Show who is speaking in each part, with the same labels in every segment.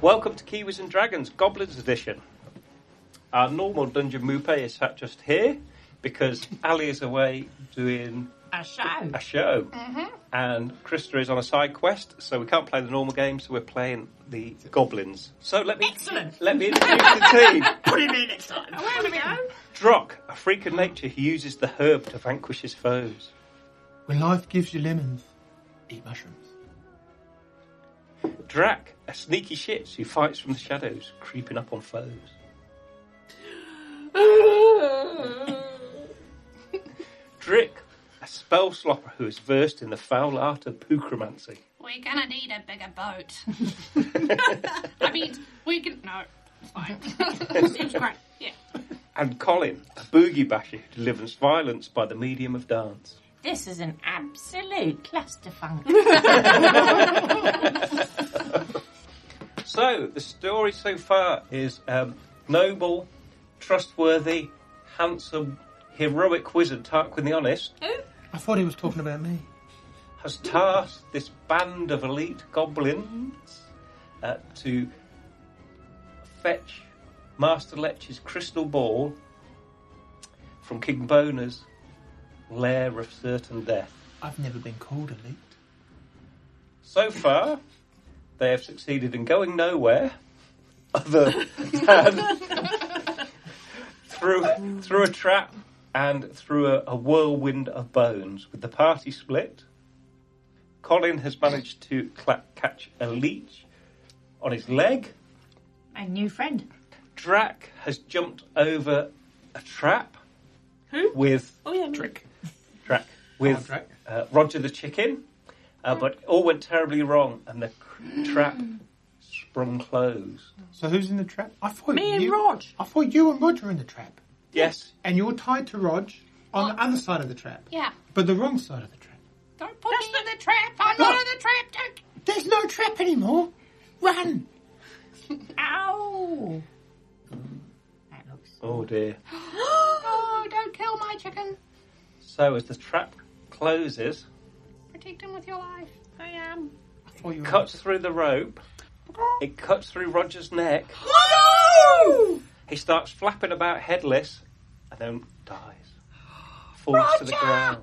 Speaker 1: Welcome to Kiwis and Dragons Goblins Edition. Our normal Dungeon Mupe is ha- just here because Ali is away doing
Speaker 2: a show.
Speaker 1: a show
Speaker 2: Mm-hmm.
Speaker 1: and Krista is on a side quest, so we can't play the normal game, so we're playing the goblins. So let me
Speaker 2: Excellent.
Speaker 1: let me introduce the team.
Speaker 2: Put him in next time. Where Oh, we go?
Speaker 1: Drock, a freak of nature who uses the herb to vanquish his foes.
Speaker 3: When life gives you lemons, eat mushrooms.
Speaker 1: Drac, a sneaky shits who fights from the shadows, creeping up on foes. Drick, a spell slopper who is versed in the foul art of pookromancy.
Speaker 4: We're gonna need a bigger boat. I mean, we can. No, it's fine. Seems great. Yeah.
Speaker 1: And Colin, a boogie basher who delivers violence by the medium of dance.
Speaker 2: This is an absolute clusterfunk.
Speaker 1: So, the story so far is um, noble, trustworthy, handsome, heroic wizard Tarquin the Honest
Speaker 3: I thought he was talking about me.
Speaker 1: has tasked this band of elite goblins uh, to fetch Master Lech's crystal ball from King Boner's lair of certain death.
Speaker 3: I've never been called elite.
Speaker 1: So far, they have succeeded in going nowhere other than through, through a trap and through a, a whirlwind of bones. With the party split, Colin has managed to cla catch a leech on his leg.
Speaker 2: My new friend.
Speaker 1: Drac has jumped over a trap
Speaker 2: Who?
Speaker 1: with
Speaker 2: Oh yeah,
Speaker 1: Drac with
Speaker 3: Drac.
Speaker 1: Uh, Roger the chicken, uh,
Speaker 2: Hmm.
Speaker 1: but it all went terribly wrong, and the cr- trap sprung closed.
Speaker 3: So who's in the trap? I thought
Speaker 2: Me and
Speaker 3: you,
Speaker 2: Rog.
Speaker 3: I thought you and Rod were in the trap,
Speaker 1: Yes,
Speaker 3: and you're tied to Rog on the other side of the trap,
Speaker 4: Yeah.
Speaker 3: but the wrong side of the trap.
Speaker 4: Don't put me in the trap. I'm not in the trap. Don't.
Speaker 3: There's no trap anymore. Run!
Speaker 2: Ow. That looks.
Speaker 1: oh dear.
Speaker 4: oh, don't kill my chicken.
Speaker 1: So as the trap closes,
Speaker 4: Protect him with your life.
Speaker 2: I am.
Speaker 3: I thought you were
Speaker 1: cuts through the rope. It cuts through Roger's neck.
Speaker 2: No!
Speaker 1: He starts flapping about headless, and then dies. Falls to the
Speaker 2: Roger!
Speaker 1: ground.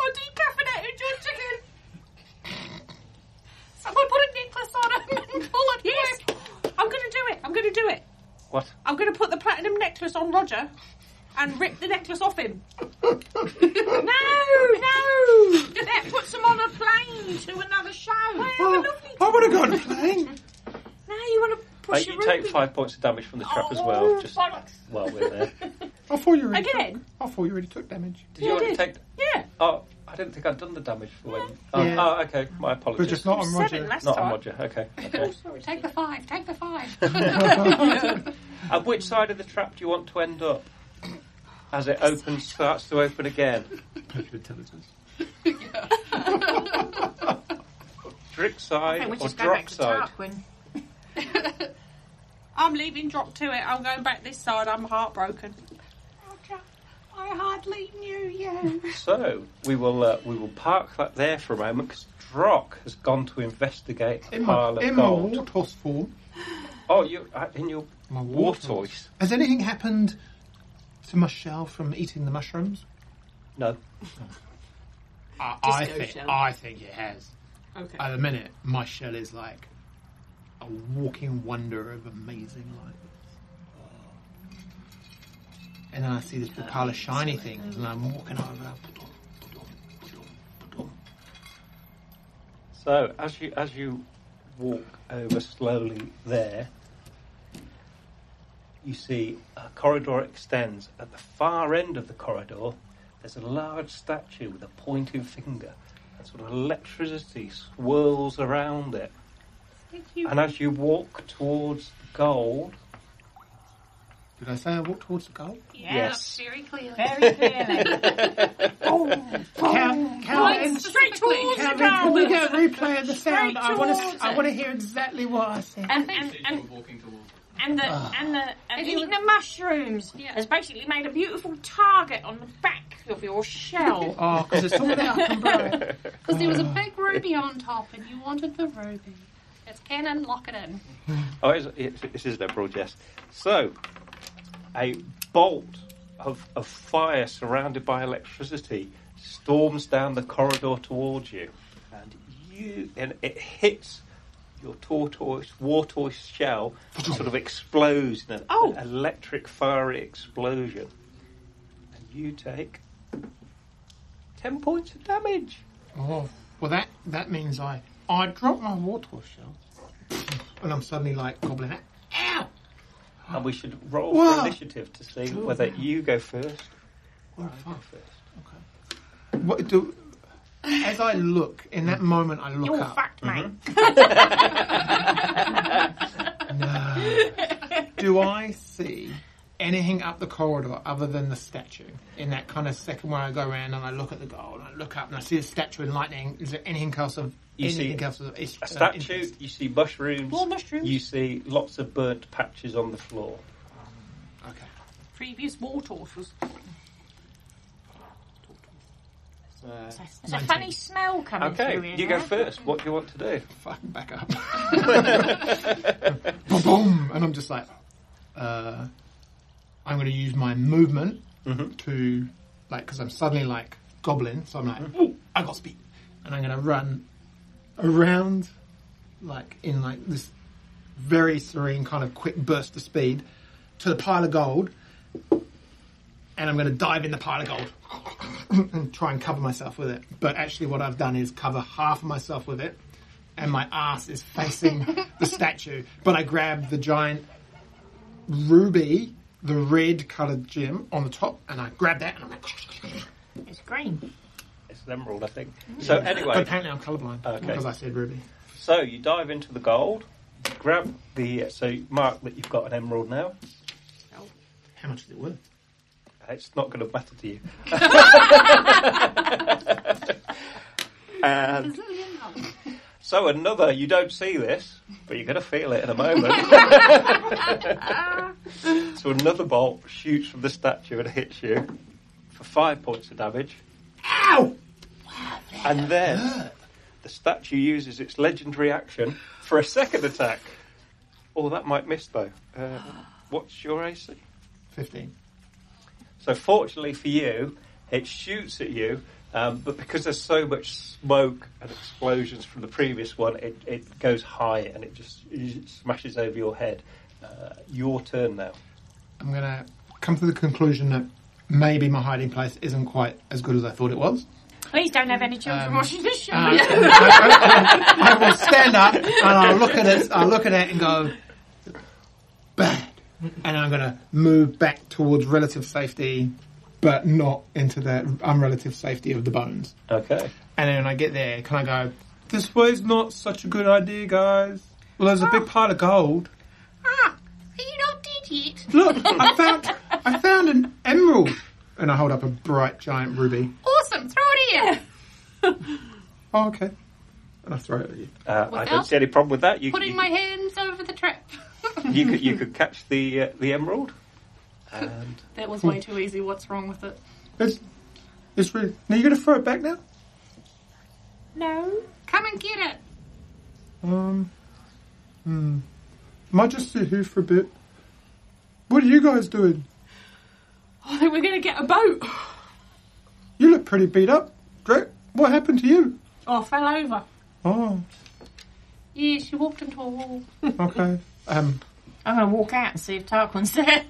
Speaker 2: Oh,
Speaker 4: I decaffeinated your chicken. Someone put a necklace on him and pull it.
Speaker 2: Yes. I'm gonna do it. I'm gonna do it.
Speaker 1: What?
Speaker 2: I'm gonna put the platinum necklace on Roger and rip the necklace off him. no, no. That puts him on a plane to another show.
Speaker 3: Oh, I would have gone playing.
Speaker 2: Now you want to
Speaker 1: Uh,
Speaker 2: push
Speaker 1: you
Speaker 2: your
Speaker 1: take
Speaker 2: ruby-
Speaker 1: five points of damage from the trap as
Speaker 2: Oh,
Speaker 1: well. Just
Speaker 2: bollocks.
Speaker 1: while we're there.
Speaker 3: I thought you already
Speaker 2: Again?
Speaker 3: Took, I thought you already took damage.
Speaker 1: Did you
Speaker 2: I
Speaker 1: already
Speaker 2: did.
Speaker 1: take?
Speaker 2: Yeah.
Speaker 1: Oh, I didn't think I'd done the damage for when. Oh,
Speaker 3: Yeah.
Speaker 1: oh, okay. My apologies.
Speaker 3: But just not on Roger.
Speaker 2: Seven last
Speaker 1: Not
Speaker 2: time.
Speaker 1: on Roger. Okay. okay.
Speaker 4: Take the five. Take the five.
Speaker 1: At which side of the trap do you want to end up? As it opens, starts to open again. Drick side
Speaker 2: Okay, we
Speaker 1: or
Speaker 2: just go
Speaker 1: drop
Speaker 2: back to
Speaker 1: side?
Speaker 2: Tarquin. I'm leaving drop to it. I'm going back this side. I'm heartbroken.
Speaker 4: Roger, I hardly knew you.
Speaker 1: So we will uh, we will park that there for a moment because Drock has gone to investigate a
Speaker 3: In my,
Speaker 1: pile of
Speaker 3: in my
Speaker 1: gold.
Speaker 3: wartorse form.
Speaker 1: oh, you uh, in your
Speaker 3: My
Speaker 1: wartorse?
Speaker 3: Has anything happened to my shell from eating the mushrooms?
Speaker 1: No.
Speaker 3: I
Speaker 2: Disco
Speaker 3: think
Speaker 2: shell.
Speaker 3: I think it has.
Speaker 2: Okay.
Speaker 3: At the minute, my shell is like a walking wonder of amazing light. And then I see this big pile of shiny things, and I'm walking over.
Speaker 1: So as you as you walk over slowly there, you see a corridor extends. At the far end of the corridor, there's a large statue with a pointing finger and sort of electricity swirls around it.
Speaker 2: Did you?
Speaker 1: And as you walk towards the gold,
Speaker 3: Did I say I walked towards the goal?
Speaker 2: Yeah,
Speaker 1: yes.
Speaker 4: Very clearly.
Speaker 2: Very clearly.
Speaker 3: Cal, Calvin,
Speaker 4: Points
Speaker 2: Straight towards the
Speaker 3: Calvin, can we go
Speaker 2: goal.
Speaker 3: replay the sound? I want
Speaker 2: towards
Speaker 3: to. I want to hear exactly what I said.
Speaker 2: And, and, and
Speaker 5: walking towards it.
Speaker 2: and the and the and
Speaker 4: If you
Speaker 2: eating
Speaker 4: were-
Speaker 2: the mushrooms
Speaker 4: Yeah.
Speaker 2: has basically made a beautiful target on the back of your shell.
Speaker 3: Oh, because it's all there. I can blow it.
Speaker 4: Because there was a big ruby on top and you wanted the ruby. It's canon, lock it in.
Speaker 1: Oh, it's, it's, this is liberal, yes. So, a bolt of, of fire surrounded by electricity storms down the corridor towards you, and you and it hits your tortoise tortoise shell, and sort of explodes in an,
Speaker 2: Oh.
Speaker 1: an electric fiery explosion, and you take ten points of damage.
Speaker 3: Oh, well, that that means I I drop my warthog shell, and I'm suddenly like goblin. it. Ow!
Speaker 1: And we should roll
Speaker 3: Wow.
Speaker 1: for initiative to see whether you go first
Speaker 3: Or
Speaker 1: or I
Speaker 3: a
Speaker 1: go
Speaker 3: fuck.
Speaker 1: first.
Speaker 3: What do? As I look in that moment, I look Mm-hmm.
Speaker 2: You're
Speaker 3: up.
Speaker 2: fucked, mate.
Speaker 3: No. Do I see anything up the corridor other than the statue? In that kind of second where I go around and I look at the goal and I look up and I see the statue and lightning. Is there anything else of
Speaker 1: You see
Speaker 3: anything else of uh,
Speaker 1: a statue, you see mushrooms,
Speaker 2: More mushrooms.
Speaker 1: you see lots of burnt patches on the floor.
Speaker 3: Okay.
Speaker 2: Previous war tortoise.
Speaker 3: Uh,
Speaker 2: There's a funny smell coming through
Speaker 1: Okay,
Speaker 2: here.
Speaker 1: you go first. What do you want to do?
Speaker 3: fuck back up. boom, boom, and I'm just like, uh, I'm going to use my movement to, like, because I'm suddenly like goblin, so I'm like, ooh, I got speed, and I'm going to run around, like in like this very serene kind of quick burst of speed to the pile of gold, and I'm going to dive in the pile of gold. And try and cover myself with it, but actually, what I've done is cover half of myself with it, and my ass is facing the statue. But I grab the giant ruby, the red coloured gem on the top, and I grab that and I'm like,
Speaker 2: It's green.
Speaker 1: It's an emerald, I think.
Speaker 2: Mm-hmm.
Speaker 1: So
Speaker 3: but
Speaker 1: anyway,
Speaker 3: apparently I'm colourblind
Speaker 1: Okay.
Speaker 3: because I said ruby.
Speaker 1: so you dive into the gold, grab the so you mark that you've got an emerald now.
Speaker 3: How much is it worth?
Speaker 1: It's not going to matter to you. and so another, you don't see this, but you're going to feel it in a moment. so another bolt shoots from the statue and hits you for five points of damage.
Speaker 3: Ow!
Speaker 1: And then the statue uses its legendary action for a second attack. Oh, that might miss though. Uh, what's your AC?
Speaker 3: 15.
Speaker 1: So fortunately for you, it shoots at you, um, but because there's so much smoke and explosions from the previous one, it, it goes high and it just smashes over your head. Uh, your turn now.
Speaker 3: I'm going to come to the conclusion that maybe my hiding place isn't quite as good as I thought it was.
Speaker 2: Please don't have any children
Speaker 3: Um,
Speaker 2: watching this show.
Speaker 3: Uh, I, I- I will stand up and I'll look at it. I'll look at it and go, bad. And I'm going to move back towards relative safety, but not into the unrelative safety of the bones.
Speaker 1: Okay.
Speaker 3: And then when I get there, can I go? This way's not such a good idea, guys. Well, there's a big pile of gold.
Speaker 4: Ah, are you not dead yet?
Speaker 3: Look, I found, I found an emerald. And I hold up a bright giant ruby.
Speaker 4: Awesome, throw it here.
Speaker 3: Oh, okay. And I throw it at you.
Speaker 1: Uh, I don't
Speaker 4: Without
Speaker 1: see any problem with that. You,
Speaker 4: Putting
Speaker 1: you,
Speaker 4: my hands over the trap.
Speaker 1: you could you could catch the uh, the emerald. And
Speaker 4: that was way too easy. What's wrong with it?
Speaker 3: It's, it's really. Now you're going to throw it back now.
Speaker 2: no.
Speaker 4: Come and get it.
Speaker 3: Um, hmm. Might just sit here for a bit. What are you guys doing?
Speaker 2: I think we're going to get a boat.
Speaker 3: You look pretty beat up. Great. What happened to you?
Speaker 2: Oh, fell over.
Speaker 3: Oh,
Speaker 4: Yeah, she walked into a wall.
Speaker 3: okay. Um,
Speaker 2: I'm going to walk out and see if Tarquin's there.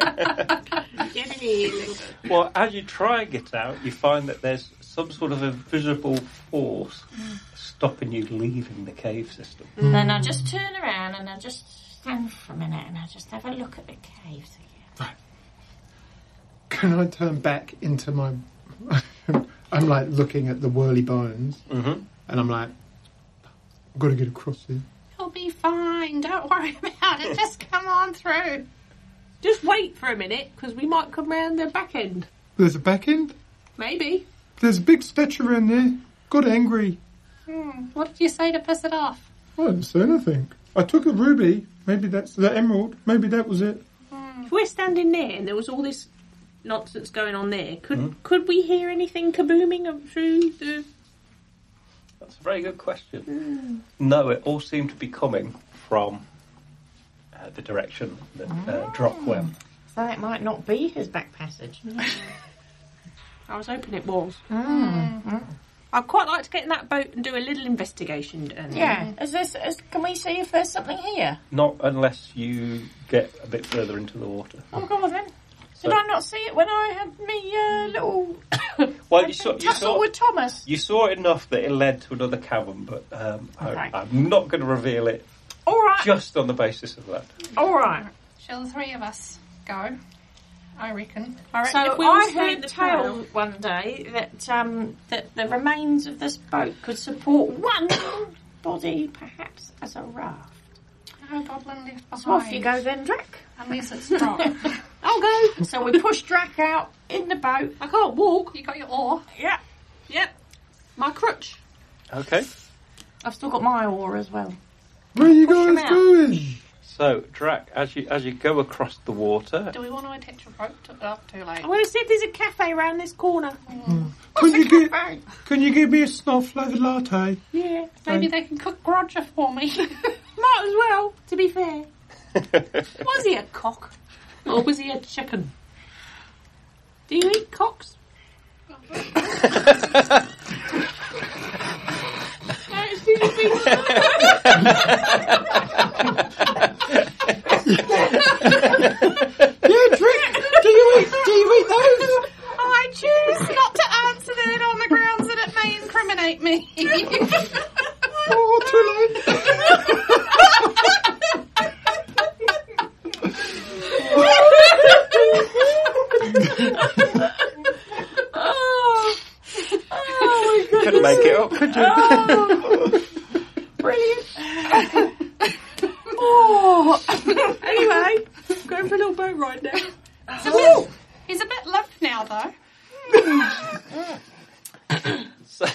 Speaker 2: get in here.
Speaker 1: Well, as you try and get out, you find that there's some sort of invisible force stopping you leaving the cave system.
Speaker 2: And then I just turn around and I just stand for a minute and I just have a look at the caves again.
Speaker 3: can I turn back into my I'm like looking at the whirly bones,
Speaker 1: Mhm.
Speaker 3: and I'm like, I've got to get across here.
Speaker 4: He'll be fine. Don't worry about it. Just come on through.
Speaker 2: Just wait for a minute, because we might come round the back end.
Speaker 3: There's a back end.
Speaker 2: Maybe.
Speaker 3: There's a big statue in there. Got angry.
Speaker 4: Hmm, What did you say to piss it off?
Speaker 3: I didn't say anything. I took a ruby. Maybe that's the emerald. Maybe that was it.
Speaker 2: If we're standing there and there was all this nonsense going on there, could could we hear anything kabooming up through the
Speaker 1: That's a very good question. No, it all seemed to be coming from uh, the direction that uh, Drock went.
Speaker 5: So it might not be his back passage.
Speaker 2: I was hoping it was.
Speaker 6: Mm.
Speaker 2: I'd quite like to get in that boat and do a little investigation. And
Speaker 5: Yeah. Is this? Is, can we see if there's something here?
Speaker 1: Not unless you get a bit further into the water.
Speaker 5: Oh God, then. Did
Speaker 1: So-
Speaker 5: I not see it when I had me uh, little
Speaker 1: Well, you saw, you,
Speaker 5: tussle
Speaker 1: saw,
Speaker 5: with Thomas?
Speaker 1: you saw enough that it led to another cavern, but um,
Speaker 5: Okay.
Speaker 1: I, I'm not going to reveal it
Speaker 5: All right,
Speaker 1: just on the basis of that.
Speaker 5: all right.
Speaker 4: Shall the three of us go? I reckon.
Speaker 5: I reckon
Speaker 2: So
Speaker 5: if we all
Speaker 2: I
Speaker 5: stay
Speaker 2: heard
Speaker 5: in the
Speaker 2: tell-
Speaker 5: town one day that um, that the remains of this boat could support one body, perhaps as a raft.
Speaker 4: No goblin left behind.
Speaker 5: So off you go then, Drac.
Speaker 4: Unless it's Drock.
Speaker 5: I'll go. So we push Drac out in the boat.
Speaker 2: I can't walk.
Speaker 4: you got your oar.
Speaker 5: Yeah,
Speaker 2: Yep. My crutch.
Speaker 1: Okay.
Speaker 5: I've still got my oar as well.
Speaker 3: Where are you
Speaker 5: him
Speaker 3: guys
Speaker 5: out.
Speaker 3: going?
Speaker 1: So, Drac, as you as you go across the water,
Speaker 4: Do we want to attach a rope to oh, too late?
Speaker 2: I want to see if there's a cafe around this corner.
Speaker 3: Can you get? Can you give me a snow flavored latte?
Speaker 2: Yeah.
Speaker 4: Maybe they can cook Roger for me.
Speaker 2: Might as well, to be fair. was he a cock? Or was he a chicken? Do you eat cocks? No, it's too big.
Speaker 3: Yeah, drink. do you eat? Do you eat those?
Speaker 4: I choose not to answer that on the grounds that it may incriminate me.
Speaker 3: Oh, too late.
Speaker 2: oh. oh my
Speaker 1: couldn't make it up, could you?
Speaker 2: god. anyway, going for a little boat ride now.
Speaker 4: He's a bit limp now, though.
Speaker 1: So,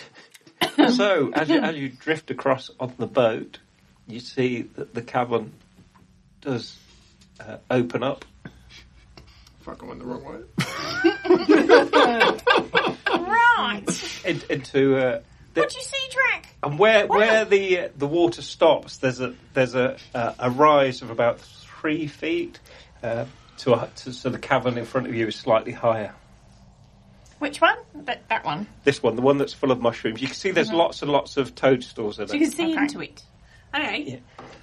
Speaker 1: so as, you, as you drift across on the boat, you see that the cavern does uh, open up.
Speaker 3: Fuck, I went the wrong way.
Speaker 5: Right.
Speaker 1: in- into uh,
Speaker 5: What
Speaker 1: the,
Speaker 5: do you see, Drac?
Speaker 1: and where where the uh, the water stops, there's a there's a uh, a rise of about three feet uh, to, a, to so the cavern in front of you is slightly higher.
Speaker 5: Which one? That that one. Mm-hmm.
Speaker 1: This one, the one that's full of mushrooms, you can see there's lots and lots of toadstools in
Speaker 2: You can
Speaker 1: it.
Speaker 2: see
Speaker 5: Okay.
Speaker 2: into it. Okay.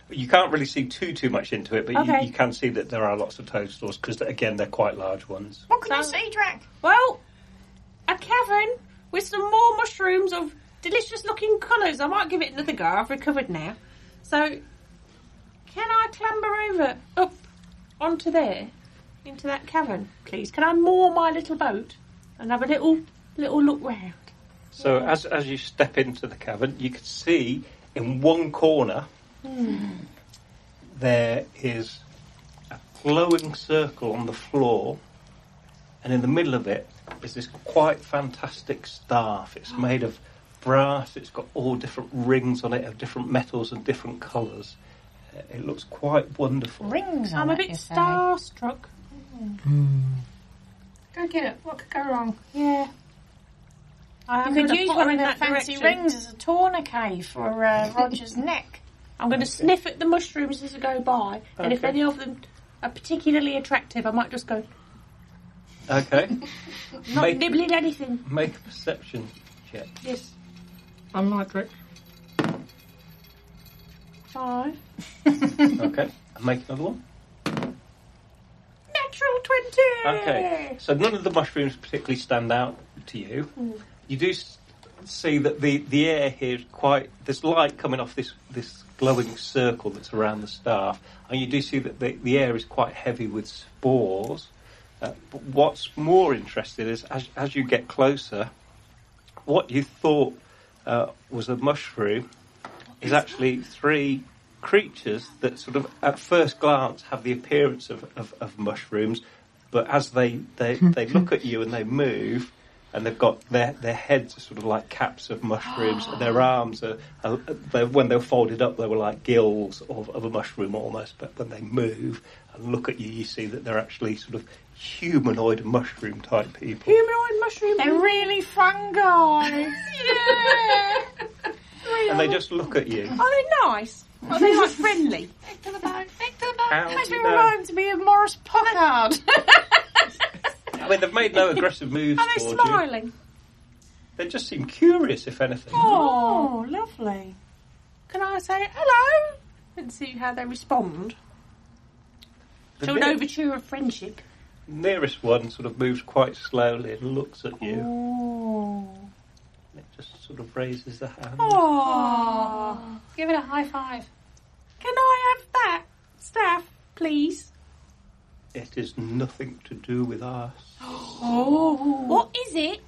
Speaker 1: You can't really see too too much into it, but
Speaker 2: Okay.
Speaker 1: you, you can see that there are lots of toadstools because again they're quite large ones.
Speaker 5: What can
Speaker 2: So-
Speaker 5: you see, Drac?
Speaker 2: Well, a cavern with some more mushrooms of delicious looking colours. I might give it another go. I've recovered now. So, can I clamber over up onto there, into that cavern, please? Can I moor my little boat and have a little little look round?
Speaker 1: So as as you step into the cavern, you can see in one corner there is a glowing circle on the floor, and in the middle of it is this quite fantastic staff. It's made of brass. It's got all different rings on it of different metals and different colours. Uh, It looks quite wonderful.
Speaker 5: Rings.
Speaker 2: I'm a bit starstruck.
Speaker 4: Go get it. What could go wrong?
Speaker 2: Yeah. I am
Speaker 5: You could
Speaker 2: gonna
Speaker 5: use
Speaker 2: put
Speaker 5: one
Speaker 2: her
Speaker 5: of
Speaker 2: in
Speaker 5: the
Speaker 2: that
Speaker 5: fancy
Speaker 2: direction.
Speaker 5: rings as a tourniquet for uh, Roger's neck.
Speaker 2: I'm going to sniff at the mushrooms as I go by, and if
Speaker 1: Okay.
Speaker 2: any of them are particularly attractive, I might just go
Speaker 1: Okay,
Speaker 2: not
Speaker 1: Make-
Speaker 2: nibbling anything.
Speaker 1: make a perception check.
Speaker 2: Yes.
Speaker 3: Unlike Drake.
Speaker 2: Five.
Speaker 1: Okay, and make another one.
Speaker 2: Natural 20!
Speaker 1: Okay, so none of the mushrooms particularly stand out to you. You do s- see that the, the air here is quite. There's light coming off this, this glowing circle that's around the staff, and you do see that the, the air is quite heavy with spores. Uh, but what's more interesting is as, as you get closer, what you thought uh, was a mushroom is actually three creatures that sort of at first glance have the appearance of, of, of mushrooms, but as they, they, they look at you and they move, and they've got their, their heads are sort of like caps of mushrooms, and their arms are, are they, when they're folded up, they were like gills of, of a mushroom almost. But when they move and look at you, you see that they're actually sort of humanoid mushroom type people.
Speaker 2: Humanoid mushroom.
Speaker 5: They're really fungi.
Speaker 2: yeah.
Speaker 1: and they just look at you.
Speaker 2: Are they nice? Are they like friendly?
Speaker 4: Back to the boat, back to the boat.
Speaker 1: How do
Speaker 5: Actually
Speaker 1: you know?
Speaker 5: reminds me of Morris Packard.
Speaker 1: I mean, they've made no aggressive moves
Speaker 2: Are they
Speaker 1: towards you.
Speaker 2: smiling?
Speaker 1: They just seem curious, if anything.
Speaker 5: oh, lovely.
Speaker 2: Can I say hello and see how they respond
Speaker 1: The
Speaker 2: to an
Speaker 1: near-
Speaker 2: overture of friendship?
Speaker 1: nearest one sort of moves quite slowly and looks at you. And It just sort of raises the hand.
Speaker 5: Oh.
Speaker 4: Aw. Give it a high five.
Speaker 2: Can I have that staff, please?
Speaker 1: It is nothing to do with us.
Speaker 2: What is it?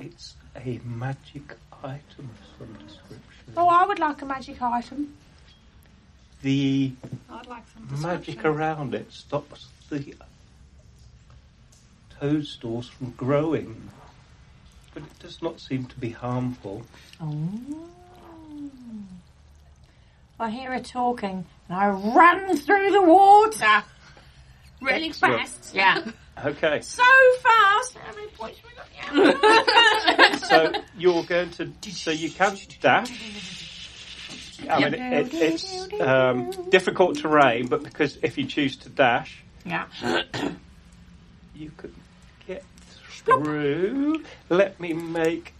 Speaker 1: It's a magic item of some description.
Speaker 2: Oh, I would like a magic item.
Speaker 1: The
Speaker 4: I'd like some
Speaker 1: magic
Speaker 4: description.
Speaker 1: around it stops the toadstools from growing. But it does not seem to be harmful.
Speaker 5: Oh. I hear her talking, and I run through the water.
Speaker 4: Really
Speaker 1: Excellent.
Speaker 4: fast.
Speaker 5: Yeah.
Speaker 1: Okay,
Speaker 5: so fast. How many points we got? Yeah.
Speaker 1: so you're going to. So you can dash. I mean, it, it's um, difficult terrain, but because if you choose to dash,
Speaker 5: yeah.
Speaker 1: you could get through. Let me make.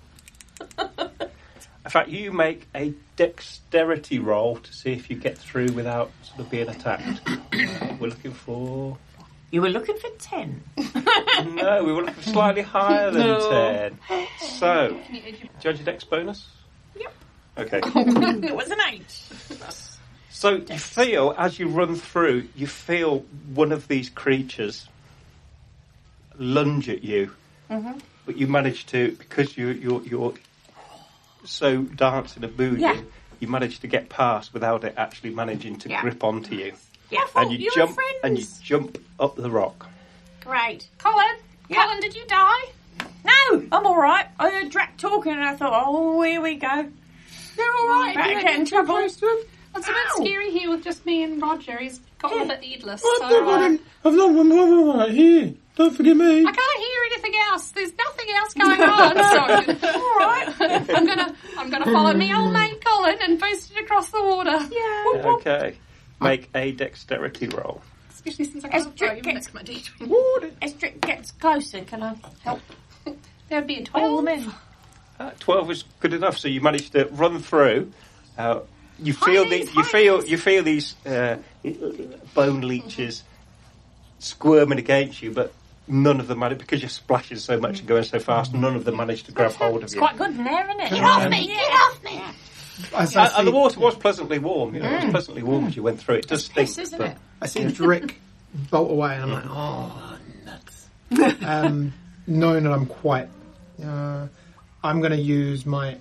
Speaker 1: In fact, you make a dexterity roll to see if you get through without sort of being attacked. Uh, we're looking for.
Speaker 5: You were looking for ten.
Speaker 1: No, we were looking for slightly higher than 10. So,
Speaker 4: Can you add your
Speaker 1: do you have your dex bonus? Yep. Okay.
Speaker 5: it was an eight.
Speaker 1: So you feel as you run through, you feel one of these creatures lunge at you,
Speaker 5: Mm-hmm.
Speaker 1: but you manage to because you, you're you're so dancing and moving,
Speaker 5: Yeah.
Speaker 1: you manage to get past without it actually managing to
Speaker 5: Yeah. Oh,
Speaker 1: grip onto you,
Speaker 5: Yeah,
Speaker 1: and you jump and you jump up the rock.
Speaker 5: Great.
Speaker 4: Colin?
Speaker 5: Yeah.
Speaker 4: Colin, did you die?
Speaker 5: No, Oh, I'm all right. I heard Drac talking, and I thought, oh, here we go.
Speaker 4: They're all right.
Speaker 5: Back
Speaker 4: You don't
Speaker 5: in
Speaker 4: get too
Speaker 5: trouble.
Speaker 4: close to him. It's a
Speaker 5: Ow.
Speaker 4: bit scary here with just me and Roger. He's got a bit heedless. So,
Speaker 3: I've not
Speaker 4: uh,
Speaker 3: one. I've not one other one out here. Don't forget me.
Speaker 4: I can't hear anything else. There's nothing else going on. So, all right. I'm gonna, I'm gonna follow me old mate Colin and boost it across the water.
Speaker 5: Yeah.
Speaker 1: Okay, make a dexterity roll.
Speaker 4: Especially since I can't throw you
Speaker 5: Get-
Speaker 4: next to my D20.
Speaker 5: As Drac gets closer, can I help
Speaker 4: That would be a
Speaker 5: pull
Speaker 4: 12.
Speaker 5: them in?
Speaker 1: Uh, Twelve is good enough, so you manage to run through. Uh, you feel the, you feel you feel these uh, bone leeches squirming against you, but none of them manage because you're splashing so much and going so fast. None of them manage to grab hold of you.
Speaker 5: Quite good in there, isn't it? Get
Speaker 3: off
Speaker 5: me! Get off me!
Speaker 3: As I
Speaker 1: And, and Uh, the
Speaker 3: see,
Speaker 1: water was pleasantly warm. You know, It was pleasantly warm as you went through. It does stink,
Speaker 5: Mm. isn't
Speaker 1: but
Speaker 5: it?
Speaker 3: I see Drick bolt away, and I'm like, oh, nuts. um, knowing that I'm quite, uh, I'm going to use my,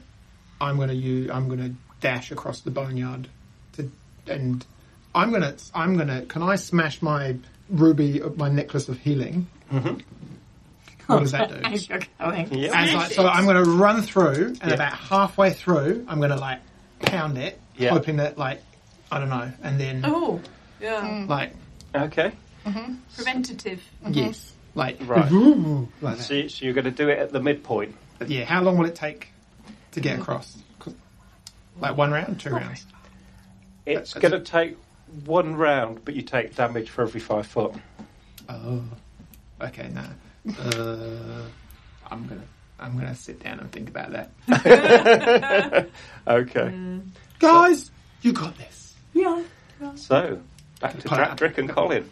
Speaker 3: I'm going to use, I'm going to dash across the boneyard, to, and I'm going to, I'm going to. Can I smash my ruby, my necklace of healing? Mm-hmm. What does that do?
Speaker 5: As you're going.
Speaker 1: Yeah.
Speaker 3: And like, so I'm going to run through, and about halfway through, I'm going to like pound it,
Speaker 1: Yeah.
Speaker 3: hoping that like I don't know, and then
Speaker 2: Oh, yeah.
Speaker 3: like
Speaker 1: okay.
Speaker 4: Preventative.
Speaker 3: yes, like
Speaker 1: Right.
Speaker 3: like that.
Speaker 1: So, you- so you're going to do it at the midpoint.
Speaker 3: But yeah, how long will it take to get across? 'Cause- Like one round, two rounds.
Speaker 1: It's
Speaker 3: That's
Speaker 1: going to take one round, but you take damage for every five foot.
Speaker 3: Oh, okay, no. Uh, I'm gonna, I'm gonna sit down and think about that,
Speaker 1: Okay.
Speaker 3: guys. You got this.
Speaker 1: So, back to Drac, Drick, and Colin.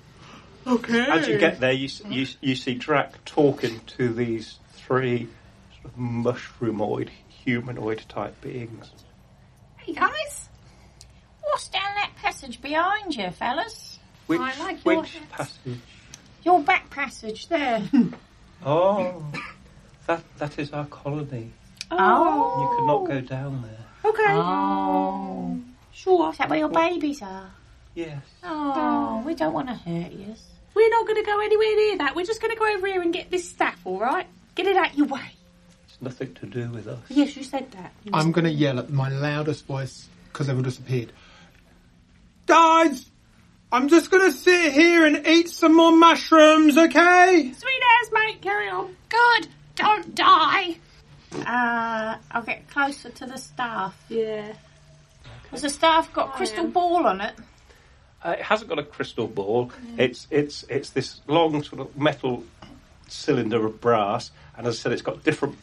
Speaker 3: Okay.
Speaker 1: As you get there, you, s- you, s- you see Drac talking to these three sort of mushroomoid, humanoid type beings.
Speaker 4: Hey, guys.
Speaker 5: What's down that passage behind you, fellas?
Speaker 1: Which,
Speaker 4: I like your
Speaker 1: which
Speaker 4: hats.
Speaker 1: passage?
Speaker 5: Your back passage there.
Speaker 1: Oh, That that is our colony.
Speaker 5: Oh.
Speaker 1: You could not go down there.
Speaker 5: Okay. Oh. Sure. Is that where your babies are?
Speaker 1: Yes.
Speaker 5: Oh, we don't want to hurt you.
Speaker 2: We're not going to go anywhere near that. We're just going to go over here and get this staff, all right? Get it out your way.
Speaker 1: It's nothing to do with us.
Speaker 2: Yes, you said that.
Speaker 3: I'm going to yell at my loudest voice because they've all disappeared. Guys, I'm just going to sit here and eat some more mushrooms, okay?
Speaker 2: Sweet as, mate. Carry on.
Speaker 4: Good. Don't die.
Speaker 5: Uh, I'll get closer to the staff.
Speaker 2: Yeah.
Speaker 5: Has the staff got crystal ball on it?
Speaker 1: Uh, it hasn't got a crystal ball. It's it's it's this long sort of metal cylinder of brass, and as I said, it's got different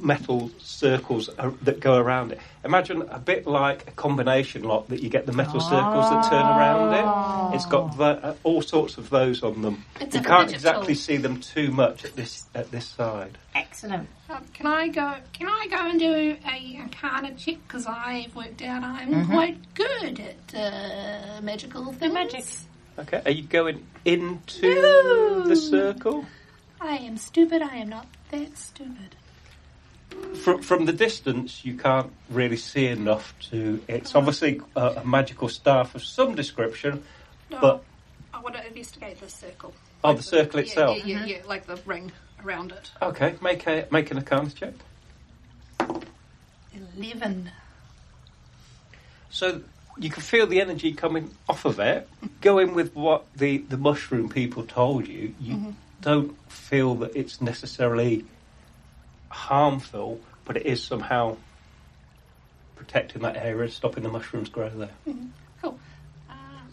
Speaker 1: metal circles uh, that go around it. Imagine a bit like a combination lock that you get the metal circles that turn around it. It's got the, uh, all sorts of those on them.
Speaker 4: It's
Speaker 1: you
Speaker 4: a
Speaker 1: can't
Speaker 4: digital.
Speaker 1: exactly see them too much at this at this side.
Speaker 5: Excellent.
Speaker 4: Um, can I go? Can I go and do a Arcana check? Because I've worked out I'm
Speaker 1: Mm-hmm.
Speaker 4: quite good at uh, magical things. Magic.
Speaker 1: Okay, are you going into
Speaker 4: No.
Speaker 1: the circle?
Speaker 4: I am stupid. I am not that stupid.
Speaker 1: from from the distance, you can't really see enough to. It's obviously a, a magical staff of some description,
Speaker 4: No,
Speaker 1: but
Speaker 4: I want to investigate this circle.
Speaker 1: oh, the circle
Speaker 4: Yeah,
Speaker 1: itself.
Speaker 4: Yeah, yeah, yeah, like the ring around it.
Speaker 1: Okay, make a make an arcana check.
Speaker 4: Eleven.
Speaker 1: So you can feel the energy coming off of it. Going with what the the mushroom people told you, you don't feel that it's necessarily harmful, but it is somehow protecting that area, and stopping the mushrooms growing there.
Speaker 4: Cool.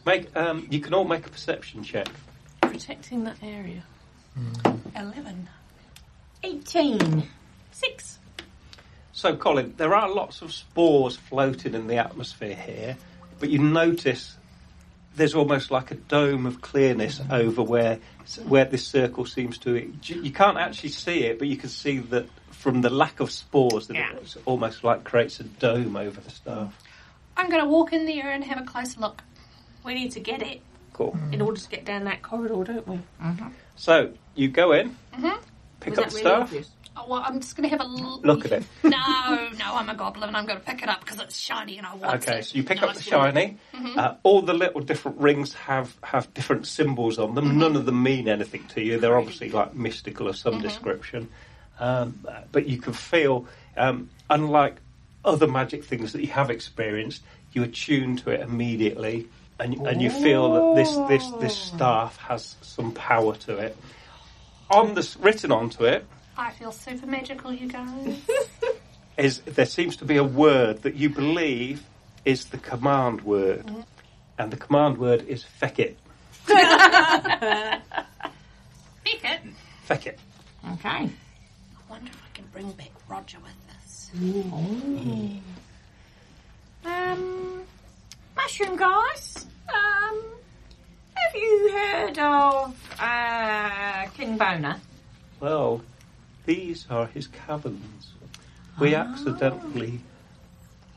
Speaker 1: Make um, you can all make a perception check.
Speaker 4: Protecting that area. Eleven.
Speaker 5: 18.
Speaker 2: Six.
Speaker 1: So, Colin, there are lots of spores floating in the atmosphere here, but you notice there's almost like a dome of clearness over where where this circle seems to. e-, You you can't actually see it, but you can see that from the lack of spores, that it's almost like creates a dome over the staff.
Speaker 4: I'm going to walk in there and have a closer look.
Speaker 2: We need to get it
Speaker 1: Cool.
Speaker 2: in order to get down that corridor, don't we?
Speaker 1: So you go in, pick
Speaker 2: Mm-hmm. Was
Speaker 1: up
Speaker 2: that
Speaker 1: the
Speaker 2: really
Speaker 1: staff.
Speaker 2: obvious?
Speaker 4: Oh, well, I'm just going to have a l-
Speaker 1: Look at it.
Speaker 4: No, no, I'm a goblin. I'm going to pick it up because it's shiny and I want it.
Speaker 1: Okay, so you pick
Speaker 4: No,
Speaker 1: up the
Speaker 4: it's not.
Speaker 1: shiny. Uh, all the little different rings have, have different symbols on them. None of them mean anything to you. They're obviously like mystical of some description. Um, but you can feel, um, unlike other magic things that you have experienced, you attune to it immediately, and and you feel that this this this staff has some power to it. On this written onto it
Speaker 4: I feel super magical, you guys.
Speaker 1: is there seems to be a word that you believe is the command word, and the command word is feck it,
Speaker 4: Pick it.
Speaker 1: feck it.
Speaker 5: Okay.
Speaker 4: I wonder if I can bring back Roger with us.
Speaker 5: Um, mushroom guys, um, have you heard of, uh, King Boner?
Speaker 1: Well, these are his caverns. We accidentally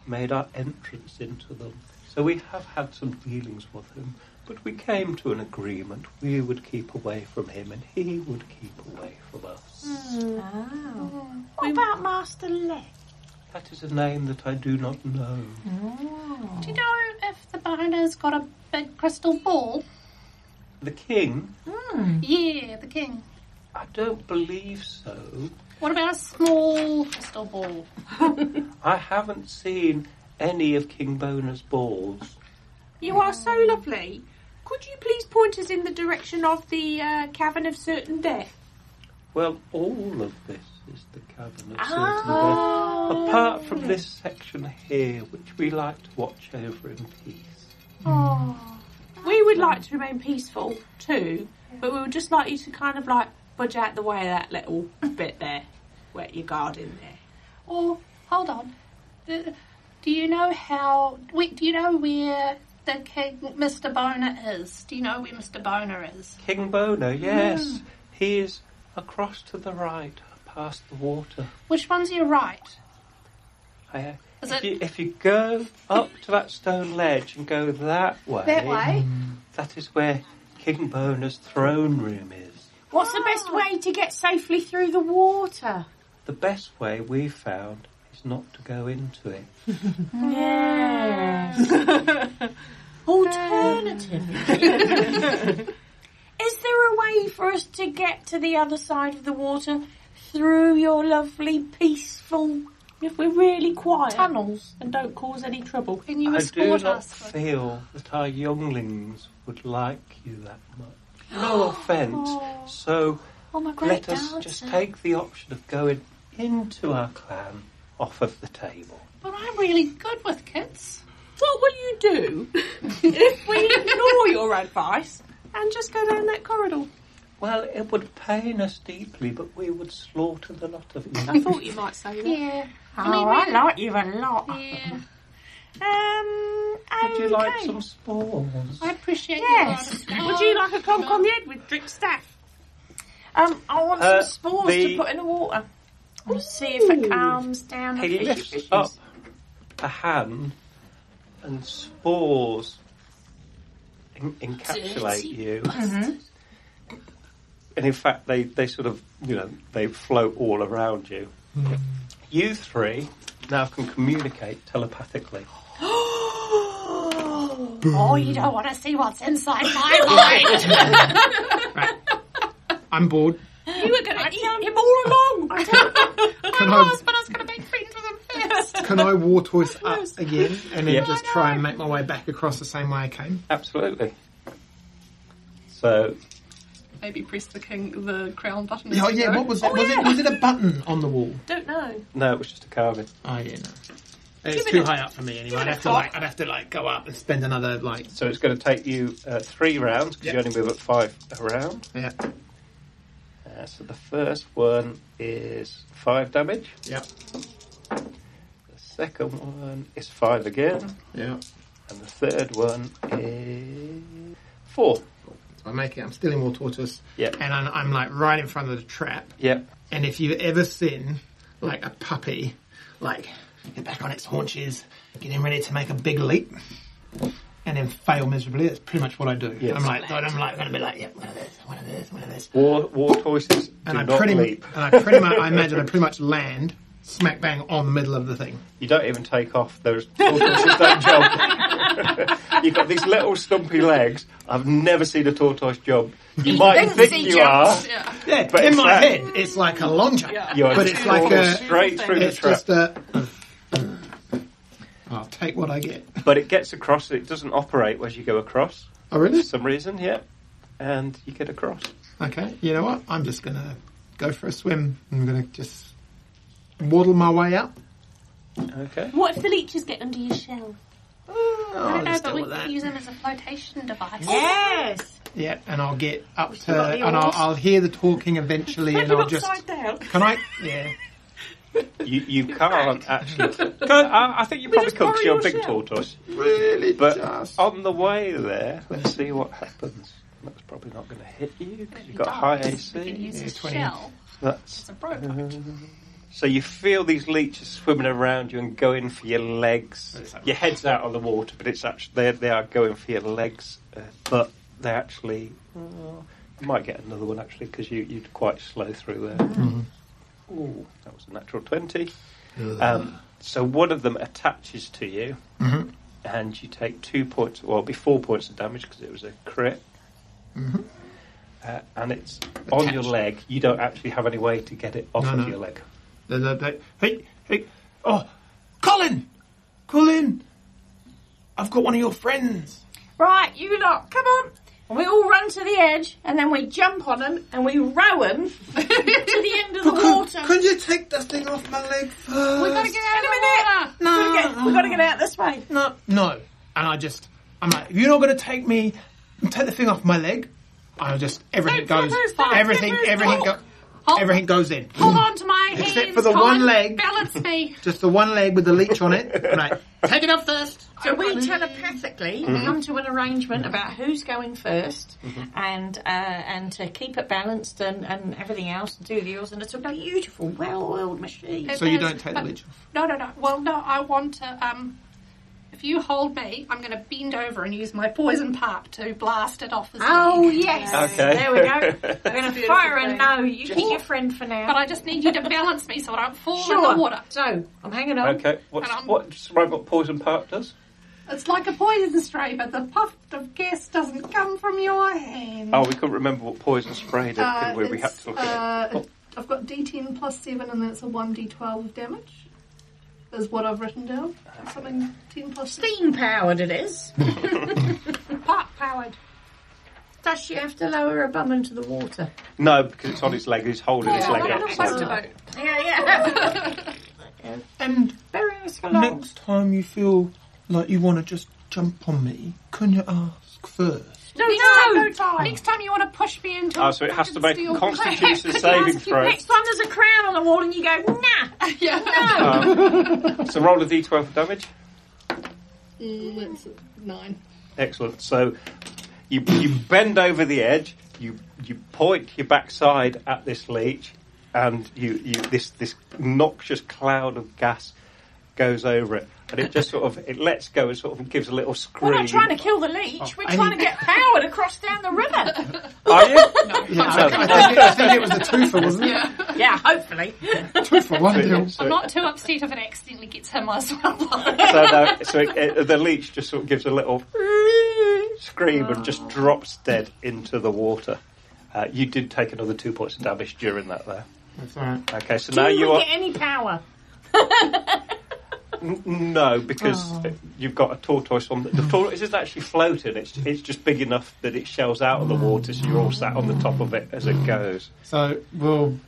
Speaker 1: made our entrance into them, so we have had some dealings with him. But we came to an agreement: we would keep away from him, and he would keep away from us.
Speaker 5: What about Master Lex?
Speaker 1: That is a name that I do not know.
Speaker 4: Do you know if the binder's got a big crystal ball?
Speaker 1: The king?
Speaker 4: Mm. Yeah, the king.
Speaker 1: I don't believe so.
Speaker 4: What about a small crystal ball?
Speaker 1: I haven't seen any of King Boner's balls.
Speaker 2: You are so lovely. Could you please point us in the direction of the uh, cavern of certain death?
Speaker 1: Well, all of this is the cavern of
Speaker 4: Ah. Oh,
Speaker 1: certainty, apart from this section here, which we like to watch over in peace.
Speaker 2: We would like to remain peaceful too, but we would just like you to kind of like budge out the way of that little bit there, where your garden there.
Speaker 4: Or Oh, hold on, The- do you know how? we- Do you know where the king, Mr. Boner, is? Do you know where Mr. Boner is?
Speaker 1: King Boner, yes,
Speaker 4: Hmm.
Speaker 1: he is across to the right, past the water.
Speaker 4: Which one's your right?
Speaker 1: I, uh,
Speaker 4: Is
Speaker 1: if,
Speaker 4: it-
Speaker 1: you, if you go up to that stone ledge and go that way,
Speaker 4: That way.
Speaker 1: that is where King Boner's throne room is.
Speaker 5: What's the best way to get safely through the water?
Speaker 1: The best way we found is not to go into it.
Speaker 5: Alternative. Is there a way for us to get to the other side of the water through your lovely, peaceful
Speaker 2: If we're really quiet
Speaker 5: tunnels?
Speaker 2: and don't cause any trouble.
Speaker 4: Can you
Speaker 1: I do
Speaker 4: escort
Speaker 1: not
Speaker 4: us?
Speaker 1: feel that our younglings would like you that much. No offence. So
Speaker 4: Oh my great eh?
Speaker 1: let us just
Speaker 4: dancer.
Speaker 1: take the option of going into our clan off of the table.
Speaker 4: But I'm really good with kids.
Speaker 2: What will you do if we ignore your advice and just go down that corridor?
Speaker 1: Well, it would pain us deeply, but we would slaughter the lot of you.
Speaker 2: I thought you might say that.
Speaker 4: Yeah.
Speaker 5: Oh, I like you a lot.
Speaker 4: Yeah.
Speaker 5: Um,
Speaker 1: Would you like
Speaker 5: okay.
Speaker 1: some spores?
Speaker 4: I appreciate
Speaker 5: Yes.
Speaker 4: you. Yes.
Speaker 2: Would you like a conk on the head with drip staff?
Speaker 5: Um, I want
Speaker 1: Uh,
Speaker 5: some spores
Speaker 1: the-
Speaker 5: to put in the water. Let's see if it calms down the
Speaker 1: He
Speaker 5: fishy
Speaker 1: lifts
Speaker 5: fishes.
Speaker 1: up a hand, and spores en- encapsulate you. Mm-hmm. And in fact, they, they sort of, you know, they float all around you. You three now can communicate telepathically.
Speaker 4: Oh, you don't want to see what's inside my mind.
Speaker 3: I'm bored.
Speaker 2: You were going to eat him all along.
Speaker 3: Can I,
Speaker 4: but I was going to make friends with him first.
Speaker 3: can I wartorse up
Speaker 2: Close.
Speaker 3: again and then
Speaker 1: Yeah.
Speaker 3: just try and make my way back across the same way I came?
Speaker 1: Absolutely. So,
Speaker 6: Maybe press the king, the crown button.
Speaker 3: Oh yeah, what was that? was it was it a button on the wall?
Speaker 2: Don't know.
Speaker 1: no, it was just a carving.
Speaker 3: Oh yeah, no. It's
Speaker 2: Give it
Speaker 3: too
Speaker 2: a-
Speaker 3: high up for me anyway. I'd
Speaker 2: it a
Speaker 3: have to
Speaker 2: pop.
Speaker 3: like I'd have to like go up and spend another like
Speaker 1: So it's going to take you uh, three rounds because
Speaker 3: Yeah.
Speaker 1: you only move at five a round.
Speaker 3: yeah
Speaker 1: Uh, so the first one is five damage.
Speaker 3: yeah
Speaker 1: The second one is five again.
Speaker 3: yeah.
Speaker 1: And the third one is four.
Speaker 3: I make it. I'm still in War Tortoise.
Speaker 1: Yeah.
Speaker 3: And I'm, I'm like right in front of the trap.
Speaker 1: Yep.
Speaker 3: And if you've ever seen like a puppy, like get back on its haunches, getting ready to make a big leap, and then fail miserably, that's pretty much what I do.
Speaker 1: Yes.
Speaker 3: I'm like, I'm like going to be like, yeah, one of those, one of those, one of those.
Speaker 1: War war tortoises do
Speaker 3: And I
Speaker 1: not
Speaker 3: pretty
Speaker 1: leap.
Speaker 3: and I pretty much, I imagine I pretty much land smack bang on the middle of the thing.
Speaker 1: You don't even take off. There's tortoises don't jump. You've got these little stumpy legs. I've never seen a tortoise jump. You might
Speaker 5: thinks
Speaker 1: think
Speaker 5: he
Speaker 1: you
Speaker 5: jumps.
Speaker 1: are.
Speaker 6: Yeah.
Speaker 3: Yeah,
Speaker 1: But
Speaker 3: but in
Speaker 1: it's
Speaker 3: my
Speaker 1: that-
Speaker 3: head, it's like a long jump,
Speaker 1: You are
Speaker 3: but
Speaker 1: just
Speaker 3: it's like
Speaker 1: falling
Speaker 3: a,
Speaker 1: straight through the
Speaker 3: it's
Speaker 1: trap.
Speaker 3: just a. I'll take what I get.
Speaker 1: But it gets across. It doesn't operate as you go across
Speaker 3: Oh really?
Speaker 1: for some reason. Yeah, and you get across.
Speaker 3: Okay, you know what? I'm just gonna go for a swim. I'm gonna just waddle my way up.
Speaker 1: Okay.
Speaker 2: What if the leeches get under your shell?
Speaker 5: Oh,
Speaker 2: Uh,
Speaker 3: I'll
Speaker 4: No,
Speaker 3: just
Speaker 4: but
Speaker 3: deal
Speaker 4: we
Speaker 3: with
Speaker 4: could
Speaker 3: that.
Speaker 4: use them as a flotation device.
Speaker 5: Yes.
Speaker 3: Yeah, and I'll get up
Speaker 5: still
Speaker 3: to,
Speaker 5: got the
Speaker 3: and I'll,
Speaker 5: oars.
Speaker 3: I'll hear the talking eventually, and I'll just.
Speaker 2: upside down.
Speaker 3: Can I? Yeah.
Speaker 1: You, you can't actually. Can- I, I think you probably
Speaker 2: just
Speaker 1: could 'cause
Speaker 2: borrow
Speaker 1: you're a
Speaker 2: your
Speaker 1: big
Speaker 2: shell.
Speaker 1: tortoise.
Speaker 3: Really?
Speaker 1: But on the way there, let's see what happens. That's probably not going to hit you because you've got high
Speaker 6: You can
Speaker 1: AC.
Speaker 6: use a
Speaker 3: 20.
Speaker 6: shell.
Speaker 1: That's, uh,
Speaker 6: It's a robot.
Speaker 1: so you feel these leeches swimming around you and going for your legs. Your head's out on the water, but it's actually they, they are going for your legs. Uh, but they actually oh, you might get another one actually because you you'd quite slow through there.
Speaker 6: Mm-hmm.
Speaker 1: Ooh, that was a natural twenty. Um, so one of them attaches to you, Mm-hmm. and you take two points. Well, it'll be four points of damage because it was a crit. Mm-hmm. Uh, and it's on your
Speaker 3: Attached.
Speaker 1: leg. You don't actually have any way to get it off
Speaker 3: No,
Speaker 1: of
Speaker 3: no.
Speaker 1: your leg.
Speaker 3: The- the- the- hey, hey, oh, Colin, Colin, I've got one of your friends.
Speaker 5: Right, you lot, come on. And we all run to the edge, and then we jump on them, and we row them to the end of the water.
Speaker 3: Could you take this thing off my leg first?
Speaker 5: We've got to get out of the water. We've got to get- We've got to get out this way.
Speaker 3: no, no. And I just, I'm like, if you're not going to take me, take the thing off my leg. I just, everything goes, everything, everything, go, everything goes in.
Speaker 4: Hold on to my hands.
Speaker 3: Except for the one
Speaker 4: Colin.
Speaker 3: leg.
Speaker 4: Balance me.
Speaker 3: Just the one leg with the leech on it. I'm like,
Speaker 4: Take it off first.
Speaker 5: So we telepathically come to an arrangement about who's going 1st and uh, and to keep it balanced and, and everything else, and do the yours, and it's a beautiful, well-oiled machine.
Speaker 3: so you don't take the leech off.
Speaker 4: No, no, no. Well, no, I want to um, If you hold me, I'm going to bend over and use my poison pipe to blast it off his
Speaker 5: Oh
Speaker 4: leg.
Speaker 5: yes.
Speaker 1: Okay.
Speaker 5: There we go. I'm going to
Speaker 6: Beautiful
Speaker 5: fire a
Speaker 6: thing.
Speaker 5: no. You keep your friend for now.
Speaker 4: But I just need you to balance me so I don't fall in
Speaker 5: Sure.
Speaker 4: the water.
Speaker 5: So I'm hanging on.
Speaker 1: Okay. What's,
Speaker 4: Hang on.
Speaker 1: what? Just remind me what poison pipe does?
Speaker 4: It's like a poison spray, but the puff of gas doesn't come from your hand.
Speaker 1: Oh, we couldn't remember what poison spray did,
Speaker 4: Uh,
Speaker 1: did we? We had
Speaker 4: it's,
Speaker 1: to look at
Speaker 4: uh, I've got D10 plus 7, and that's a 1D12 of damage, is what I've written down. Something 10 plus 7.
Speaker 5: Steam powered it is. Pot powered. Does she have to lower her bum into the water?
Speaker 1: it. No, because it's on its leg. He's holding his leg
Speaker 6: Like
Speaker 1: up.
Speaker 6: a poster boat.
Speaker 5: Yeah, yeah.
Speaker 3: And
Speaker 5: Bury us along.
Speaker 3: next time you feel like you want to just jump on me, can you ask first?
Speaker 4: No, next
Speaker 5: no,
Speaker 4: time,
Speaker 5: no
Speaker 4: Next time you want to push me into
Speaker 1: Oh,
Speaker 4: a
Speaker 1: so it has to
Speaker 4: fucking
Speaker 1: make a
Speaker 4: steel
Speaker 1: constitution
Speaker 4: plate.
Speaker 1: saving throw.
Speaker 5: Next time there's a crown on the wall and you go, nah.
Speaker 6: Yeah.
Speaker 1: So roll a d12 for damage.
Speaker 6: Mm, it's nine.
Speaker 1: Excellent. So you you bend over the edge, you you point your backside at this leech, and you, you this this noxious cloud of gas goes over it, and it just sort of it lets go and sort of gives a little
Speaker 5: We're
Speaker 1: scream.
Speaker 5: not trying to kill the leech.
Speaker 1: Oh,
Speaker 5: We're
Speaker 3: I
Speaker 5: trying
Speaker 3: need-
Speaker 5: to get powered across down the river.
Speaker 1: Are you?
Speaker 3: Yeah, I, I think, I think it was a twofer, wasn't it?
Speaker 5: yeah, hopefully.
Speaker 3: Twofer, wasn't it?
Speaker 1: So,
Speaker 4: I'm not too upset if it accidentally gets him as well.
Speaker 1: so, no, so it, it- the leech just sort of gives a little scream and just drops dead into the water. Uh, you did take another two points of damage during that, there.
Speaker 3: That's all right.
Speaker 1: Okay, so
Speaker 5: Do
Speaker 1: now
Speaker 5: we
Speaker 1: you are
Speaker 5: get any power?
Speaker 1: No, because you've got a tortoise on the, the tortoise isn't actually floating. It's it's just big enough that it shells out of the water, so you're all sat on the top of it as it goes.
Speaker 3: So we'll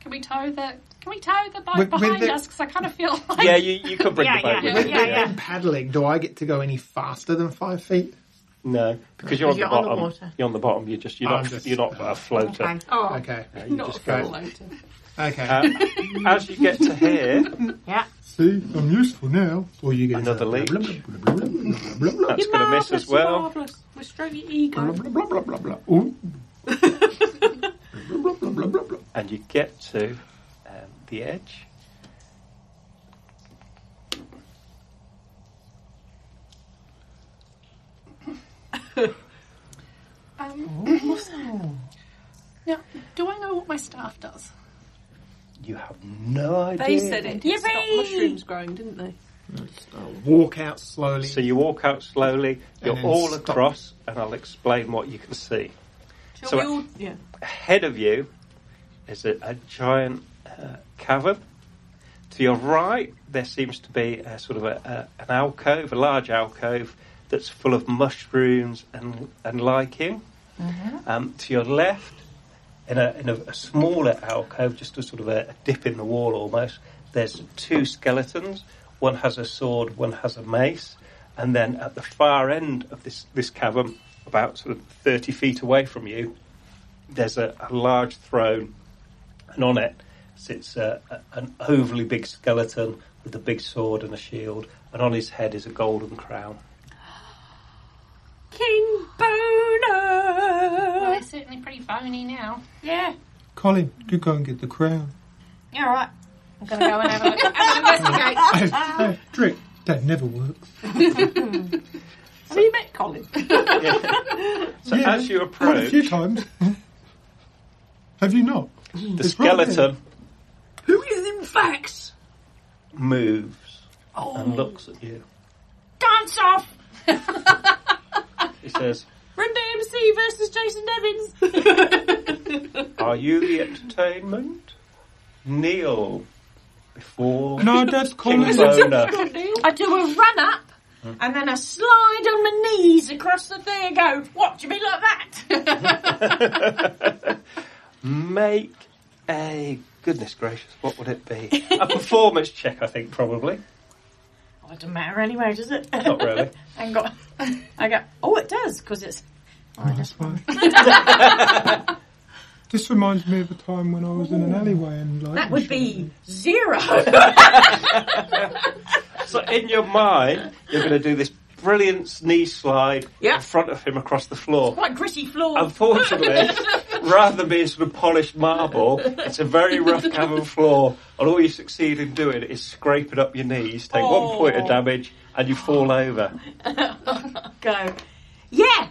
Speaker 4: Can we tow the? Can we tow the boat
Speaker 3: With- with
Speaker 4: behind
Speaker 3: the-
Speaker 4: us? Because I kind of feel like
Speaker 1: Yeah, you, you could bring
Speaker 5: Yeah,
Speaker 1: the boat
Speaker 5: yeah,
Speaker 1: with you.
Speaker 5: yeah,
Speaker 1: yeah.
Speaker 5: yeah.
Speaker 3: paddling. Do I get to go any faster than five feet?
Speaker 1: No, because you're on
Speaker 5: You're
Speaker 1: the
Speaker 5: on the
Speaker 1: bottom.
Speaker 5: water.
Speaker 1: you're on the bottom. You're just you're
Speaker 3: I'm
Speaker 1: not
Speaker 3: just-
Speaker 1: you're not a floater.
Speaker 5: Okay.
Speaker 6: Oh,
Speaker 3: Okay.
Speaker 1: You
Speaker 6: not
Speaker 1: just
Speaker 6: a
Speaker 1: go.
Speaker 6: floater.
Speaker 3: Okay.
Speaker 1: Uh, as you get to here,
Speaker 5: Yeah.
Speaker 3: See, I'm useful now. Or you get
Speaker 1: Another leech.
Speaker 3: Blah, blah, blah, blah, blah, blah,
Speaker 1: that's going to miss as well.
Speaker 2: We're straight your ego.
Speaker 3: blah, blah, blah, blah, blah, blah. Ooh. Blah, blah, blah, blah, blah, blah.
Speaker 1: and you get to um, the edge.
Speaker 6: Oh.
Speaker 4: Now, Um, do I know what my staff does?
Speaker 1: You have no idea.
Speaker 6: They said it to stop
Speaker 5: Yippee!
Speaker 6: mushrooms growing, didn't they?
Speaker 3: I'll walk out slowly.
Speaker 1: So you walk out slowly. You're
Speaker 3: then
Speaker 1: all
Speaker 3: stop.
Speaker 1: across, and I'll explain what you can see.
Speaker 6: Shall
Speaker 1: So-
Speaker 6: we all? Yeah.
Speaker 1: ahead of you is a, a giant uh, cavern. To your right, there seems to be a sort of a, a, an alcove, a large alcove that's full of mushrooms and and lichen.
Speaker 6: Mm-hmm.
Speaker 1: Um, to your left, in a in a, a smaller alcove, just a sort of a, a dip in the wall almost. There's two skeletons. One has a sword. One has a mace. And then at the far end of this this cavern, about sort of thirty feet away from you, there's a, a large throne, and on it sits uh, a, a, an overly big skeleton with a big sword and a shield, and on his head is a golden crown.
Speaker 5: King Boner.
Speaker 4: They're certainly pretty bony now.
Speaker 5: Yeah.
Speaker 3: Colin, do go and get the crown.
Speaker 5: Yeah, all right. I'm going to go and have a look. Have an investigate.
Speaker 3: Oh, Trick. That never works.
Speaker 6: Have you met Colin?
Speaker 1: So
Speaker 3: Yeah,
Speaker 1: as you
Speaker 3: Quite a few
Speaker 1: approach,
Speaker 3: times. Have you not?
Speaker 1: the
Speaker 3: It's right there.
Speaker 1: skeleton
Speaker 6: Who is in fact? Oh.
Speaker 1: moves and looks at you.
Speaker 5: Dance off.
Speaker 1: He says,
Speaker 5: Brenda MC versus Jason Evans.
Speaker 1: "Are you the entertainment? Kneel before
Speaker 3: No, that's
Speaker 1: King
Speaker 3: Colin.
Speaker 1: Bona."
Speaker 5: I do a run up
Speaker 1: Mm.
Speaker 5: and then I slide on my knees across the thing and go, What do you mean like that?
Speaker 1: Make a goodness gracious, what would it be? A performance check, I think, probably.
Speaker 5: Oh, it doesn't matter anyway, does it?
Speaker 1: Not really.
Speaker 5: I got, I go, Oh, it does, because it's.
Speaker 3: That's why. This reminds me of a time when I was in an alleyway and like
Speaker 5: That would be zero.
Speaker 1: So in your mind, you're going to do this brilliant sneeze slide
Speaker 5: Yeah.
Speaker 1: in front of him across the floor.
Speaker 5: Quite gritty floor.
Speaker 1: Unfortunately, rather than being sort of polished marble, it's a very rough cavern floor, and all you succeed in doing is scraping up your knees, take one point of
Speaker 5: Oh.
Speaker 1: damage, and you fall over.
Speaker 5: go. Yeah,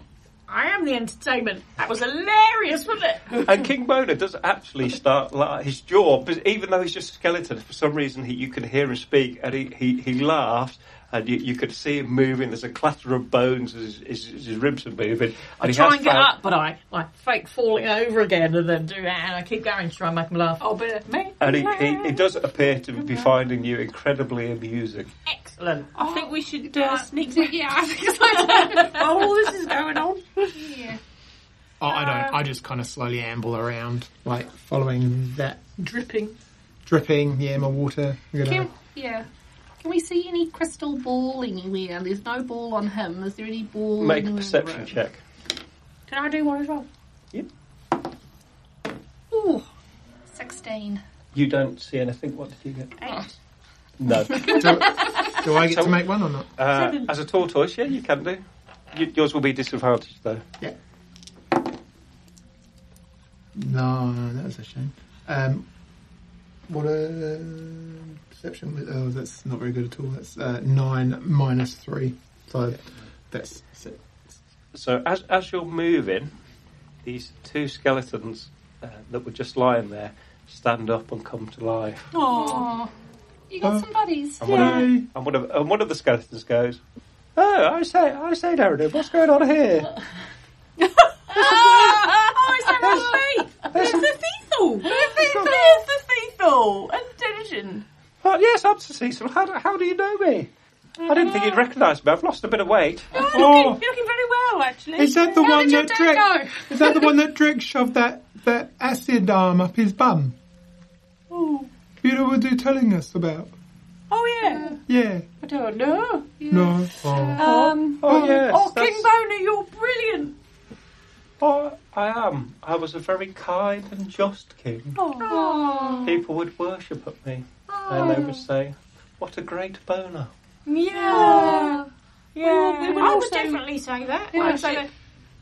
Speaker 5: I am the entertainment. That was hilarious, wasn't it?
Speaker 1: And King Bona does actually start la- his jaw, but even though he's just a skeleton, for some reason he, you can hear him speak, and he, he, he laughs, and you, you could see him moving. There's a clatter of bones as his, his, his ribs are moving. And he
Speaker 5: Try
Speaker 1: has
Speaker 5: and get
Speaker 1: found-
Speaker 5: up, but I like fake falling over again, and then do that, and I keep going to try and make them laugh. Oh, but me,
Speaker 1: And he, he, he does appear to
Speaker 5: Mm-hmm.
Speaker 1: be finding you incredibly amusing.
Speaker 5: excellent.
Speaker 2: I think we should uh, sneak
Speaker 4: yeah, I think so.
Speaker 2: Oh, this is going on.
Speaker 4: yeah.
Speaker 3: Oh, I
Speaker 5: uh,
Speaker 3: don't. I just kind of slowly amble around, like following that
Speaker 6: Dripping.
Speaker 3: dripping. Yeah, my water. You know.
Speaker 4: Can, yeah. Can we see any crystal ball anywhere? There's no ball on him. Is there any ball?
Speaker 1: Make
Speaker 4: in
Speaker 1: a
Speaker 4: the
Speaker 1: perception
Speaker 4: room?
Speaker 1: check.
Speaker 2: Can I do one as well?
Speaker 4: Ooh, 16.
Speaker 1: You don't see anything. What did you get?
Speaker 4: Oh.
Speaker 1: No.
Speaker 3: Do I get
Speaker 1: So-
Speaker 3: to make one or not?
Speaker 1: Uh, as a tortoise, yeah, you can do. Y yours will be disadvantaged, though.
Speaker 3: No, no, that was a shame. Um, what a perception. was- Oh, that's not very good at all. That's uh, nine minus three. So that's six.
Speaker 1: So as as you're moving, these two skeletons uh, that were just lying there stand up and come to life.
Speaker 4: Oh, you got
Speaker 3: Oh.
Speaker 4: some buddies.
Speaker 1: And one, of, and, one of, and one of the skeletons goes, "Oh, I say, I say, Darren, what's going on here?
Speaker 5: Oh, is that really?
Speaker 1: There's some-
Speaker 5: There's the Cecil and Dungeon.
Speaker 1: oh, yes, I'm Sir Cecil. How, do- how do you know me? I didn't think you'd recognise me. I've lost a bit of weight.
Speaker 5: Oh, you're looking very well, actually.
Speaker 3: Is that the
Speaker 4: How
Speaker 3: one
Speaker 4: did your
Speaker 3: that
Speaker 4: day
Speaker 3: Drake?
Speaker 4: go?
Speaker 3: Is that the one that Drake shoved that that acid arm up his bum?
Speaker 5: Oh,
Speaker 3: You know what they're telling us about?
Speaker 5: oh yeah.
Speaker 3: Yeah.
Speaker 5: I don't know.
Speaker 3: No. Oh.
Speaker 5: Um,
Speaker 1: Oh, yes,
Speaker 5: oh, King
Speaker 1: that's-
Speaker 5: Boner, you're brilliant.
Speaker 1: Oh, I am. I was a very kind and just king.
Speaker 5: Oh,
Speaker 1: People would worship at me, and they would say, "What a great boner!"
Speaker 5: yeah.
Speaker 2: Oh.
Speaker 5: Yeah,
Speaker 4: we would
Speaker 5: I would
Speaker 4: also-
Speaker 5: definitely say that.
Speaker 4: Yeah,
Speaker 5: I'd say
Speaker 4: so-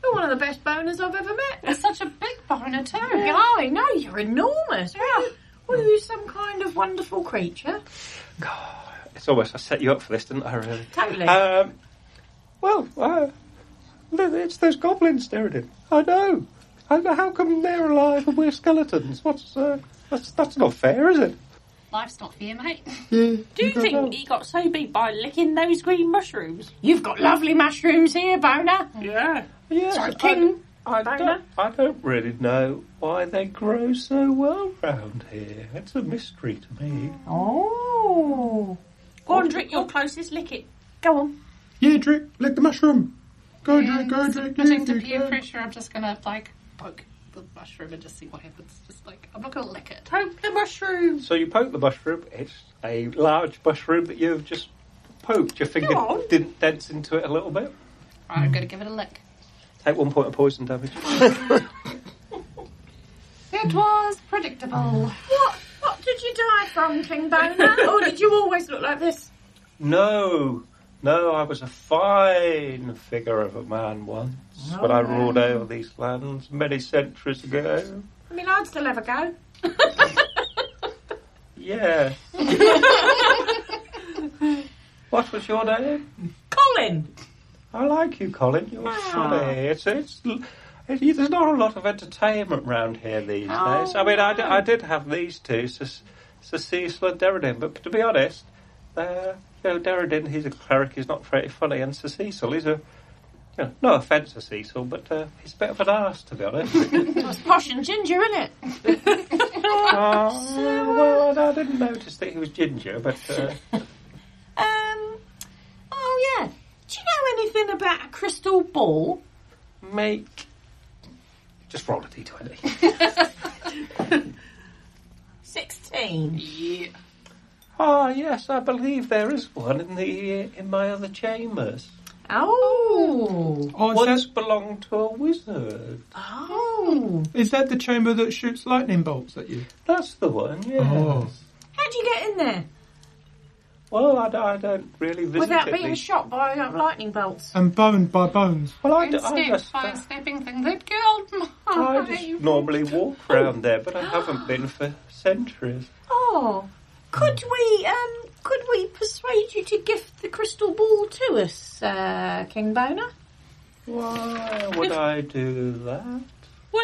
Speaker 5: you're one of the best boners I've ever met.
Speaker 4: It's such a big boner, too.
Speaker 5: Golly, no, you're enormous. Yeah. Were you some kind of wonderful creature?
Speaker 1: It's almost I set you up for this, didn't I? Really?
Speaker 5: Totally.
Speaker 1: Um, well, uh, th- it's those goblins staring him. I know. I know. How come they're alive and we're skeletons? What's uh, that's that's not fair, is it?
Speaker 4: Life's not fair, mate.
Speaker 3: Yeah.
Speaker 2: Do you think he got so big by licking those green mushrooms?
Speaker 5: Mm-hmm. You've got lovely mushrooms here, Boner.
Speaker 2: Yeah.
Speaker 1: Yes,
Speaker 5: Sorry,
Speaker 1: I-
Speaker 5: King.
Speaker 1: I
Speaker 5: Boner.
Speaker 1: don't, I don't really know why they grow so well round here. It's a mystery to me.
Speaker 5: Oh.
Speaker 2: Go on, drink your closest, lick it.
Speaker 5: Go on.
Speaker 3: Yeah, Drake, lick the mushroom. Go, Drake, go, Drake. yes,
Speaker 4: Submitting to
Speaker 3: you
Speaker 4: peer
Speaker 3: can.
Speaker 4: pressure, I'm just gonna, like, poke the mushroom and just see what happens. Just like, I'm not gonna lick it.
Speaker 2: Poke the mushrooms.
Speaker 1: So you poke the mushroom. It's a large mushroom that you've just poked. Your finger
Speaker 5: Go on.
Speaker 1: didn't dents into it a little bit.
Speaker 4: Right, I'm gonna give it a lick.
Speaker 1: Take one point of poison damage.
Speaker 4: It was predictable.
Speaker 5: What? What did you die from, King Boner? or did you always look like this?
Speaker 1: No, no, I was a fine figure of a man once when I ruled over these lands many centuries ago.
Speaker 5: I mean, I'd still have a go.
Speaker 1: Yeah. what was your name?
Speaker 5: Colin.
Speaker 1: I like you, Colin. You're funny. It's, it's, it, there's not a lot of entertainment round here these days. I mean, I, di- I did have these two, Sir, Sir Cecil and Derridin, but to be honest, uh, you know, Derridin, he's a cleric, he's not very funny, and Sir Cecil, he's a. You know, no offence to Cecil, but uh, he's a bit of an arse, to be honest.
Speaker 5: It's posh and ginger, isn't it?
Speaker 1: Oh, well, I, I didn't notice that he was ginger, but uh,
Speaker 5: Um. Oh yeah. Do you know anything about a crystal ball?
Speaker 1: make. Just roll a d20.
Speaker 5: Sixteen.
Speaker 4: Yeah.
Speaker 1: Ah, yes, I believe there is one in the in my other chambers.
Speaker 5: Oh.
Speaker 3: Oh,
Speaker 1: Once
Speaker 3: is
Speaker 1: belonged to a wizard.
Speaker 5: Oh.
Speaker 3: that, is that the chamber that shoots lightning bolts at you?
Speaker 1: That's the one. Yes.
Speaker 3: Oh.
Speaker 5: How'd you get in there?
Speaker 1: Well, I, d- I don't really visit
Speaker 5: Without
Speaker 1: it
Speaker 5: being
Speaker 1: these-
Speaker 5: shot by uh, lightning bolts.
Speaker 3: And boned by bones.
Speaker 1: Well, I, d- I
Speaker 4: Instead,
Speaker 1: just,
Speaker 4: by a snapping thing that killed my.
Speaker 1: I
Speaker 2: Oh,
Speaker 1: just normally walk round there, but I haven't been for centuries.
Speaker 5: Oh, could we um could we persuade you to gift the crystal ball to us, uh, King Boner?
Speaker 1: Why would I do that?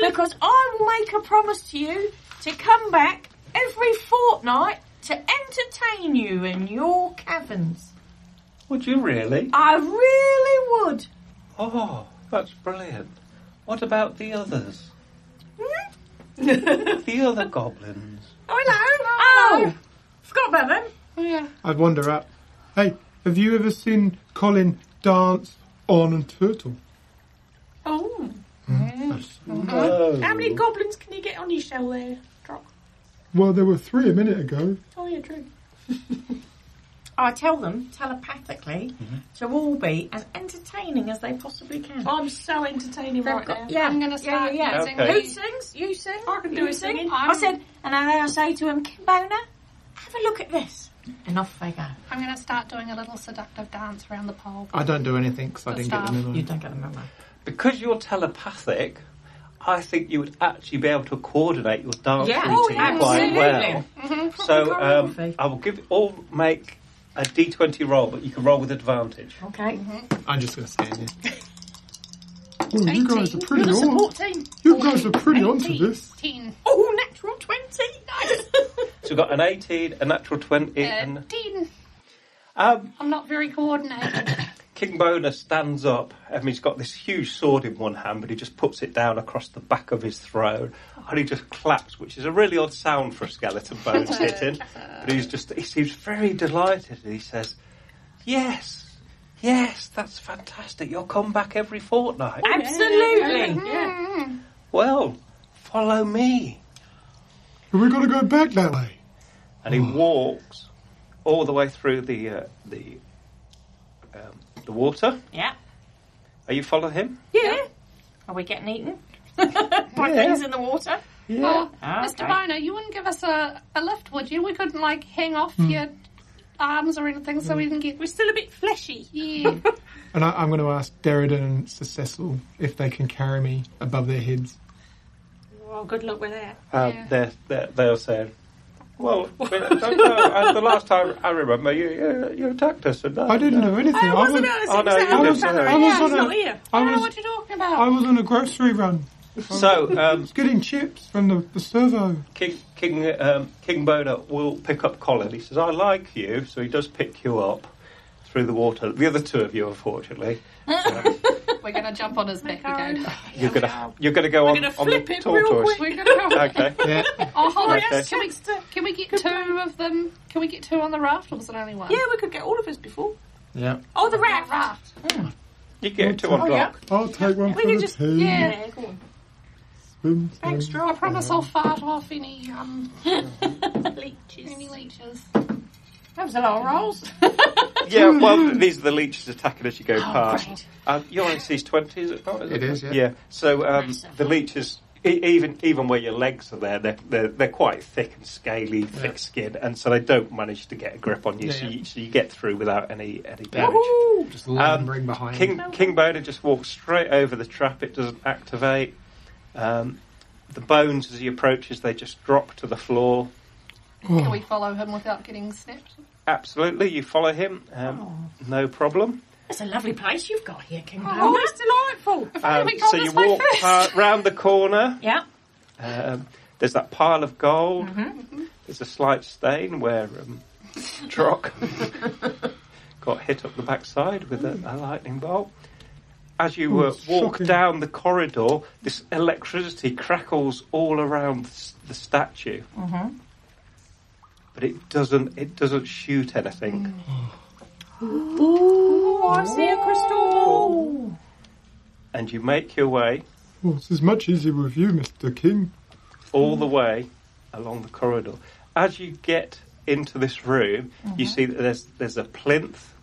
Speaker 5: because I will make a promise to you to come back every fortnight to entertain you in your caverns.
Speaker 1: Would you really?
Speaker 5: I really would.
Speaker 1: Oh, that's brilliant. What about the others?
Speaker 5: Hmm?
Speaker 1: The other goblins?
Speaker 5: Oh, hello. Oh, forgot about them.
Speaker 3: I'd wander up. Hey, have you ever seen Colin dance on a turtle?
Speaker 2: Oh,
Speaker 3: Mm.
Speaker 1: No.
Speaker 2: how many goblins can you get on your shell there? Drop.
Speaker 3: Well, there were three a minute ago.
Speaker 2: Oh, yeah, true.
Speaker 5: I tell them telepathically
Speaker 6: Mm-hmm.
Speaker 5: to all be as entertaining as they possibly can.
Speaker 2: I'm so entertaining right now.
Speaker 5: yeah,
Speaker 4: I'm going to start
Speaker 5: yeah, yeah.
Speaker 4: using
Speaker 1: Okay.
Speaker 5: Who
Speaker 4: these.
Speaker 5: sings? You sing.
Speaker 2: I can do
Speaker 5: you
Speaker 2: a
Speaker 5: sing.
Speaker 2: singing.
Speaker 5: I said, and then I say to him, Kimbona, have a look at this. And off they go.
Speaker 4: I'm going to start doing a little seductive dance around the pole.
Speaker 3: I don't do anything because I
Speaker 4: Good
Speaker 3: didn't get the
Speaker 4: stuff.
Speaker 3: memo.
Speaker 5: You don't get the memo.
Speaker 1: Because you're telepathic, I think you would actually be able to coordinate your dance
Speaker 5: Yeah.
Speaker 1: routine
Speaker 5: Oh,
Speaker 1: quite
Speaker 5: absolutely.
Speaker 1: well. So um,
Speaker 5: Choreography.
Speaker 1: I will give all make a d20 roll, but you can roll with advantage.
Speaker 5: Okay.
Speaker 3: I'm just going to stand there. Oh, you guys are pretty
Speaker 4: That's a
Speaker 3: on.
Speaker 4: 14.
Speaker 3: You guys are pretty onto
Speaker 4: 18,
Speaker 3: this.
Speaker 4: 10.
Speaker 5: Oh, natural 20. Nice.
Speaker 1: So you've got an 18, a natural 20, and
Speaker 4: 13.
Speaker 1: um,
Speaker 4: I'm not very coordinated.
Speaker 1: King Bona stands up. I mean, he's got this huge sword in one hand, but he just puts it down across the back of his throne, and he just claps, which is a really odd sound for a skeleton bones hitting. But he's just—he seems very delighted, and he says, "Yes, yes, that's fantastic. You'll come back every fortnight.
Speaker 5: Absolutely.
Speaker 1: Well, follow me."
Speaker 3: Have we got to go back that way?
Speaker 1: And he walks all the way through the uh, the um, the water.
Speaker 5: Yeah.
Speaker 1: Are you following him?
Speaker 5: Yeah. Are we getting eaten? By things in the water?
Speaker 1: Yeah.
Speaker 5: Ah,
Speaker 4: Mr. Boner, you wouldn't give us a, a lift, would you? We couldn't, like, hang off
Speaker 5: Hmm.
Speaker 4: your arms or anything so we didn't get.
Speaker 2: We're still a bit fleshy.
Speaker 4: Yeah.
Speaker 3: And I, I'm going to ask Derrida and Sir Cecil if they can carry me above their heads.
Speaker 2: Oh, good luck with that.
Speaker 1: Um,
Speaker 4: Yeah.
Speaker 1: they're, they're, they're saying, well, we- I don't know. And uh, the last time I remember, you, you, you attacked us. And that,
Speaker 3: I didn't know anything.
Speaker 2: I wasn't
Speaker 3: was,
Speaker 1: Oh, no,
Speaker 2: I
Speaker 1: you
Speaker 2: was,
Speaker 1: didn't.
Speaker 2: I
Speaker 3: I was on a-
Speaker 2: not here.
Speaker 3: I
Speaker 4: I don't know
Speaker 3: was,
Speaker 4: what you're talking about.
Speaker 3: I was on a grocery run.
Speaker 1: So, um,
Speaker 3: Getting chips from the, the servo.
Speaker 1: King King um, King Bona will pick up Colin. He says, "I like you," so he does pick you up through the water. The other two of you, unfortunately,
Speaker 4: We're going to jump on his back again.
Speaker 1: you're gonna you're gonna go on,
Speaker 2: Oh, gonna
Speaker 1: on the
Speaker 2: flip him real
Speaker 1: tortoise.
Speaker 4: We're going to go.
Speaker 1: Okay.
Speaker 3: Yeah.
Speaker 4: Oh, hold on.
Speaker 1: Okay.
Speaker 4: Can, we, can we get two of them? Can we get two on the raft or was it only one?
Speaker 2: Yeah, we could get all of us before.
Speaker 3: yeah.
Speaker 2: Oh, the rat.
Speaker 4: Raft.
Speaker 1: You get two
Speaker 2: Oh,
Speaker 1: on block.
Speaker 3: I'll take one for
Speaker 2: can
Speaker 3: the
Speaker 2: just-
Speaker 3: team.
Speaker 4: Yeah.
Speaker 3: Boom, boom.
Speaker 4: Extra. I promise I'll fart off any um, leeches. Any leeches.
Speaker 5: That was a lot of rolls.
Speaker 1: Yeah. Well, these are the leeches attacking as you go past. Um, you're on sees twenty, is it not?
Speaker 3: It is, yeah.
Speaker 1: Yeah. So um, the leeches, e- even even where your legs are there, they're they're, they're quite thick and scaly, thick skin, and so they don't manage to get a grip on you.
Speaker 3: Yeah,
Speaker 1: so,
Speaker 3: yeah.
Speaker 1: You, so you get through without any any damage.
Speaker 3: Just lumbering behind.
Speaker 1: Um, King King Boner just walks straight over the trap. It doesn't activate. Um, the bones, as he approaches, they just drop to the floor.
Speaker 4: Can we follow him without getting snapped?
Speaker 1: Absolutely, you follow him. Um, No problem.
Speaker 5: That's a lovely place you've got here, King Boner.
Speaker 2: Oh, that's delightful.
Speaker 1: Um,
Speaker 4: we
Speaker 1: so
Speaker 4: gone
Speaker 1: you
Speaker 4: this way
Speaker 1: walk
Speaker 4: first?
Speaker 1: pa- round the corner.
Speaker 5: Yeah.
Speaker 1: Um, there's that pile of gold.
Speaker 5: Mm-hmm.
Speaker 1: There's a slight stain where um, Drock got hit up the backside with a, a lightning bolt. As you uh,
Speaker 3: it's
Speaker 1: walk
Speaker 3: shocking.
Speaker 1: down the corridor, this electricity crackles all around the, s- the statue,
Speaker 5: Mm-hmm.
Speaker 1: but it doesn't. It doesn't shoot anything.
Speaker 5: Oh, Mm. I see a crystal ball.
Speaker 1: And you make your way
Speaker 3: Well, it's as Oh, much easier with you, Mr. King.
Speaker 1: all the way along the corridor. As you get into this room, you see that there's there's a plinth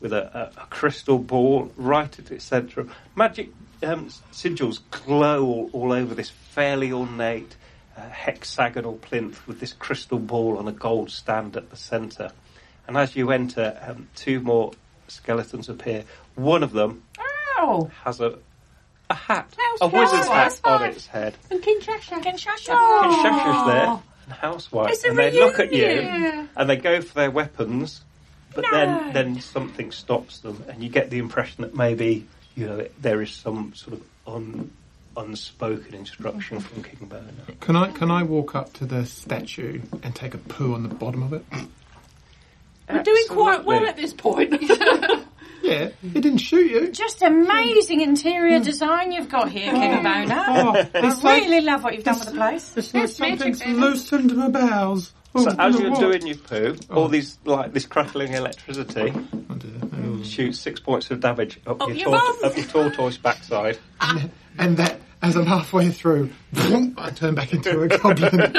Speaker 1: with a, a, a crystal ball right at its centre. Magic um, sigils glow all, all over this fairly ornate uh, hexagonal plinth with this crystal ball on a gold stand at the centre. And as you enter, um, two more skeletons appear. One of them
Speaker 5: Oh,
Speaker 1: has a a hat,
Speaker 5: House-
Speaker 1: a wizard's hat
Speaker 5: housewife.
Speaker 1: on its head.
Speaker 2: And King Oh, Cheshire.
Speaker 5: Kinshasa.
Speaker 1: Kinshasha's there, and housewife,
Speaker 5: It's a
Speaker 1: and they look at you
Speaker 5: reunion.
Speaker 1: and they go for their weapons, but then
Speaker 5: No.
Speaker 1: then something stops them, and you get the impression that maybe you know there is some sort of un, unspoken instruction from King Bernard.
Speaker 3: Can I can I walk up to the statue and take a poo on the bottom of it?
Speaker 6: We're doing quite well
Speaker 1: Absolutely.
Speaker 6: at this point.
Speaker 3: Yeah, it didn't shoot you.
Speaker 5: Just amazing
Speaker 1: Hmm.
Speaker 5: interior design you've got here, King Bona.
Speaker 3: Oh, it's
Speaker 5: I really
Speaker 3: like
Speaker 5: love what you've done with the place.
Speaker 3: it's like something's
Speaker 4: magic, baby.
Speaker 3: loosened my bowels. Oh,
Speaker 1: So as you're
Speaker 3: what?
Speaker 1: doing your poo, all
Speaker 3: Oh.
Speaker 1: these like this crackling electricity
Speaker 3: I'll do that. Maybe I'll-
Speaker 1: shoots six points of damage up, your,
Speaker 5: your
Speaker 1: tort-
Speaker 5: bum.
Speaker 1: up your tortoise backside.
Speaker 3: And that, as I'm halfway through, I turn back into a goblin.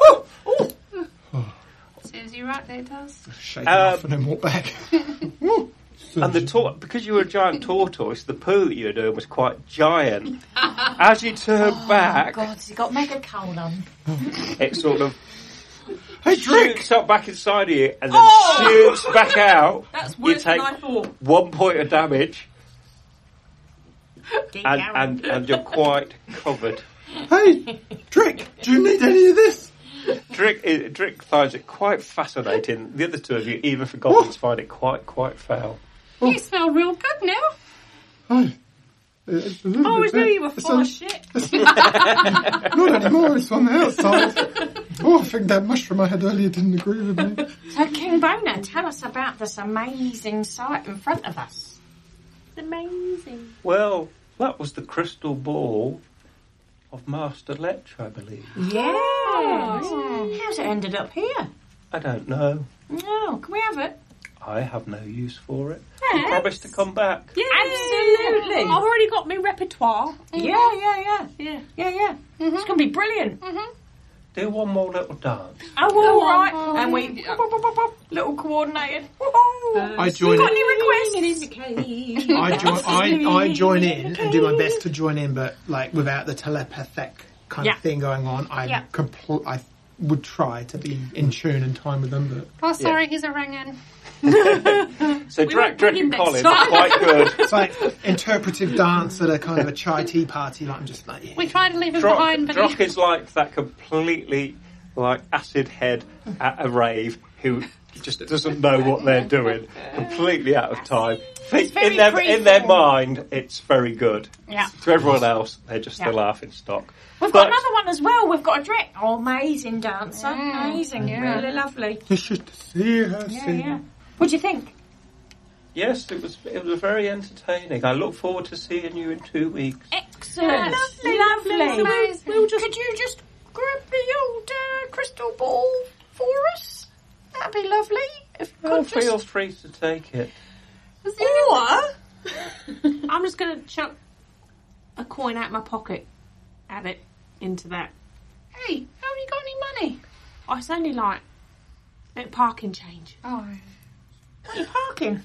Speaker 5: Oh,
Speaker 4: Says you right there, does.
Speaker 3: Shake it off and then walk back. Woo.
Speaker 1: Um, And the tor- because you were a giant tortoise, the poo that you were doing was quite giant. As you turn back,
Speaker 5: God, you got mega cold on.
Speaker 1: it sort of
Speaker 3: hey, drink!
Speaker 1: shoots up back inside of you and then shoots back out.
Speaker 6: That's
Speaker 1: you
Speaker 6: worse
Speaker 1: take
Speaker 6: than I thought.
Speaker 1: one point of damage
Speaker 5: Dig
Speaker 1: and,
Speaker 5: out.
Speaker 1: and, and you're quite covered.
Speaker 3: Hey, drink! Do you need any of this?
Speaker 1: Drick, eh, Drick finds it quite fascinating. The other two of you, even for goblins, find it quite, quite foul.
Speaker 4: You smell real good now.
Speaker 3: Oh, it's a little
Speaker 5: Oh,
Speaker 6: I always
Speaker 3: bit
Speaker 6: knew
Speaker 3: bad.
Speaker 6: you were
Speaker 3: It's
Speaker 6: full
Speaker 3: on-
Speaker 6: of shit.
Speaker 3: Not anymore, it's on the outside. Oh, I think that mushroom I had earlier didn't agree with me.
Speaker 5: So, King Bona, tell us about this amazing sight in front of us.
Speaker 2: It's amazing.
Speaker 1: Well, that was the crystal ball of Master Lecture, I believe.
Speaker 5: Yeah. Oh, How's it ended up here?
Speaker 1: I don't know.
Speaker 5: Oh, can we have it?
Speaker 1: I have no use for it. I promise to come back.
Speaker 2: Yeah.
Speaker 5: Absolutely.
Speaker 2: I've already got my repertoire.
Speaker 5: Oh, Yeah, yeah, yeah. Mm-hmm.
Speaker 2: Yeah.
Speaker 5: Yeah, yeah. It's going to be brilliant.
Speaker 1: Do one more little dance.
Speaker 5: Oh, well, all right.
Speaker 4: on.
Speaker 5: And we, little coordinated. Uh,
Speaker 3: I join
Speaker 5: Got
Speaker 3: in.
Speaker 5: any requests?
Speaker 3: I join, I, I join in and do my best to join in, but like without the telepathic kind
Speaker 5: Yeah.
Speaker 3: of thing going on, I
Speaker 5: Yeah.
Speaker 3: compl- I would try to be in tune and time with them, but
Speaker 4: Oh, sorry, he's a ringing.
Speaker 1: So Drake, Drake and Colin,
Speaker 6: time.
Speaker 1: quite good.
Speaker 3: it's like interpretive dance at a kind of a chai tea party. Like I'm just like, yeah.
Speaker 4: We tried to leave him
Speaker 1: Drock,
Speaker 4: behind, but
Speaker 1: Drock
Speaker 4: he...
Speaker 1: is like that completely like acid head at a rave who just doesn't know what they're doing, completely out of time. Think
Speaker 5: very
Speaker 1: in their in their
Speaker 5: freeform.
Speaker 1: mind, it's very good.
Speaker 5: Yeah.
Speaker 1: To everyone else, they're just
Speaker 5: Yeah.
Speaker 1: the laughing stock.
Speaker 5: We've
Speaker 1: But-
Speaker 5: got another one as well. We've got a Drek. Oh, amazing dancer. Amazing. Really lovely.
Speaker 3: It's just to see her
Speaker 5: Yeah,
Speaker 3: sing.
Speaker 5: yeah. What do you think?
Speaker 1: Yes, it was it was very entertaining. I look forward to seeing you in two weeks.
Speaker 5: Excellent. lovely.
Speaker 4: Amazing.
Speaker 5: We'll just, could you just grab the old uh, crystal ball for us? That'd be lovely. If you
Speaker 1: Oh,
Speaker 5: could just...
Speaker 1: feel free to take it.
Speaker 6: Or
Speaker 2: I'm just going to chuck a coin out my pocket, add it into that.
Speaker 4: Hey,
Speaker 5: Have you got any money?
Speaker 2: Oh, it's only like a parking change.
Speaker 4: oh,
Speaker 5: What are you parking?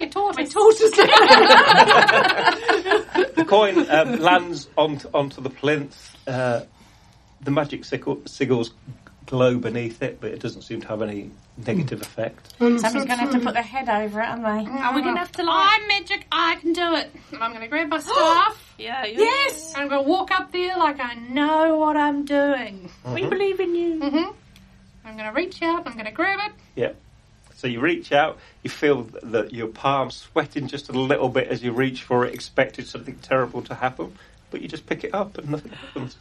Speaker 4: you taught
Speaker 2: My
Speaker 4: us.
Speaker 2: tortoise
Speaker 1: The coin um, lands onto, onto the plinth. Uh, the magic sickle, sigils glow beneath it, but it doesn't seem to have any negative effect.
Speaker 5: Somebody's going to have to put their head over it, aren't they?
Speaker 4: Are we going to have to lie? I'm magic, I can do it. And I'm going to grab my staff.
Speaker 6: yeah, yeah.
Speaker 4: yes! And I'm going to walk up there like I know what I'm doing.
Speaker 2: We believe in you.
Speaker 4: hmm I'm going to reach out, I'm going to grab it.
Speaker 1: Yeah. So you reach out, you feel th- that your palm sweating just a little bit as you reach for it, expected something terrible to happen, but you just pick it up and nothing happens.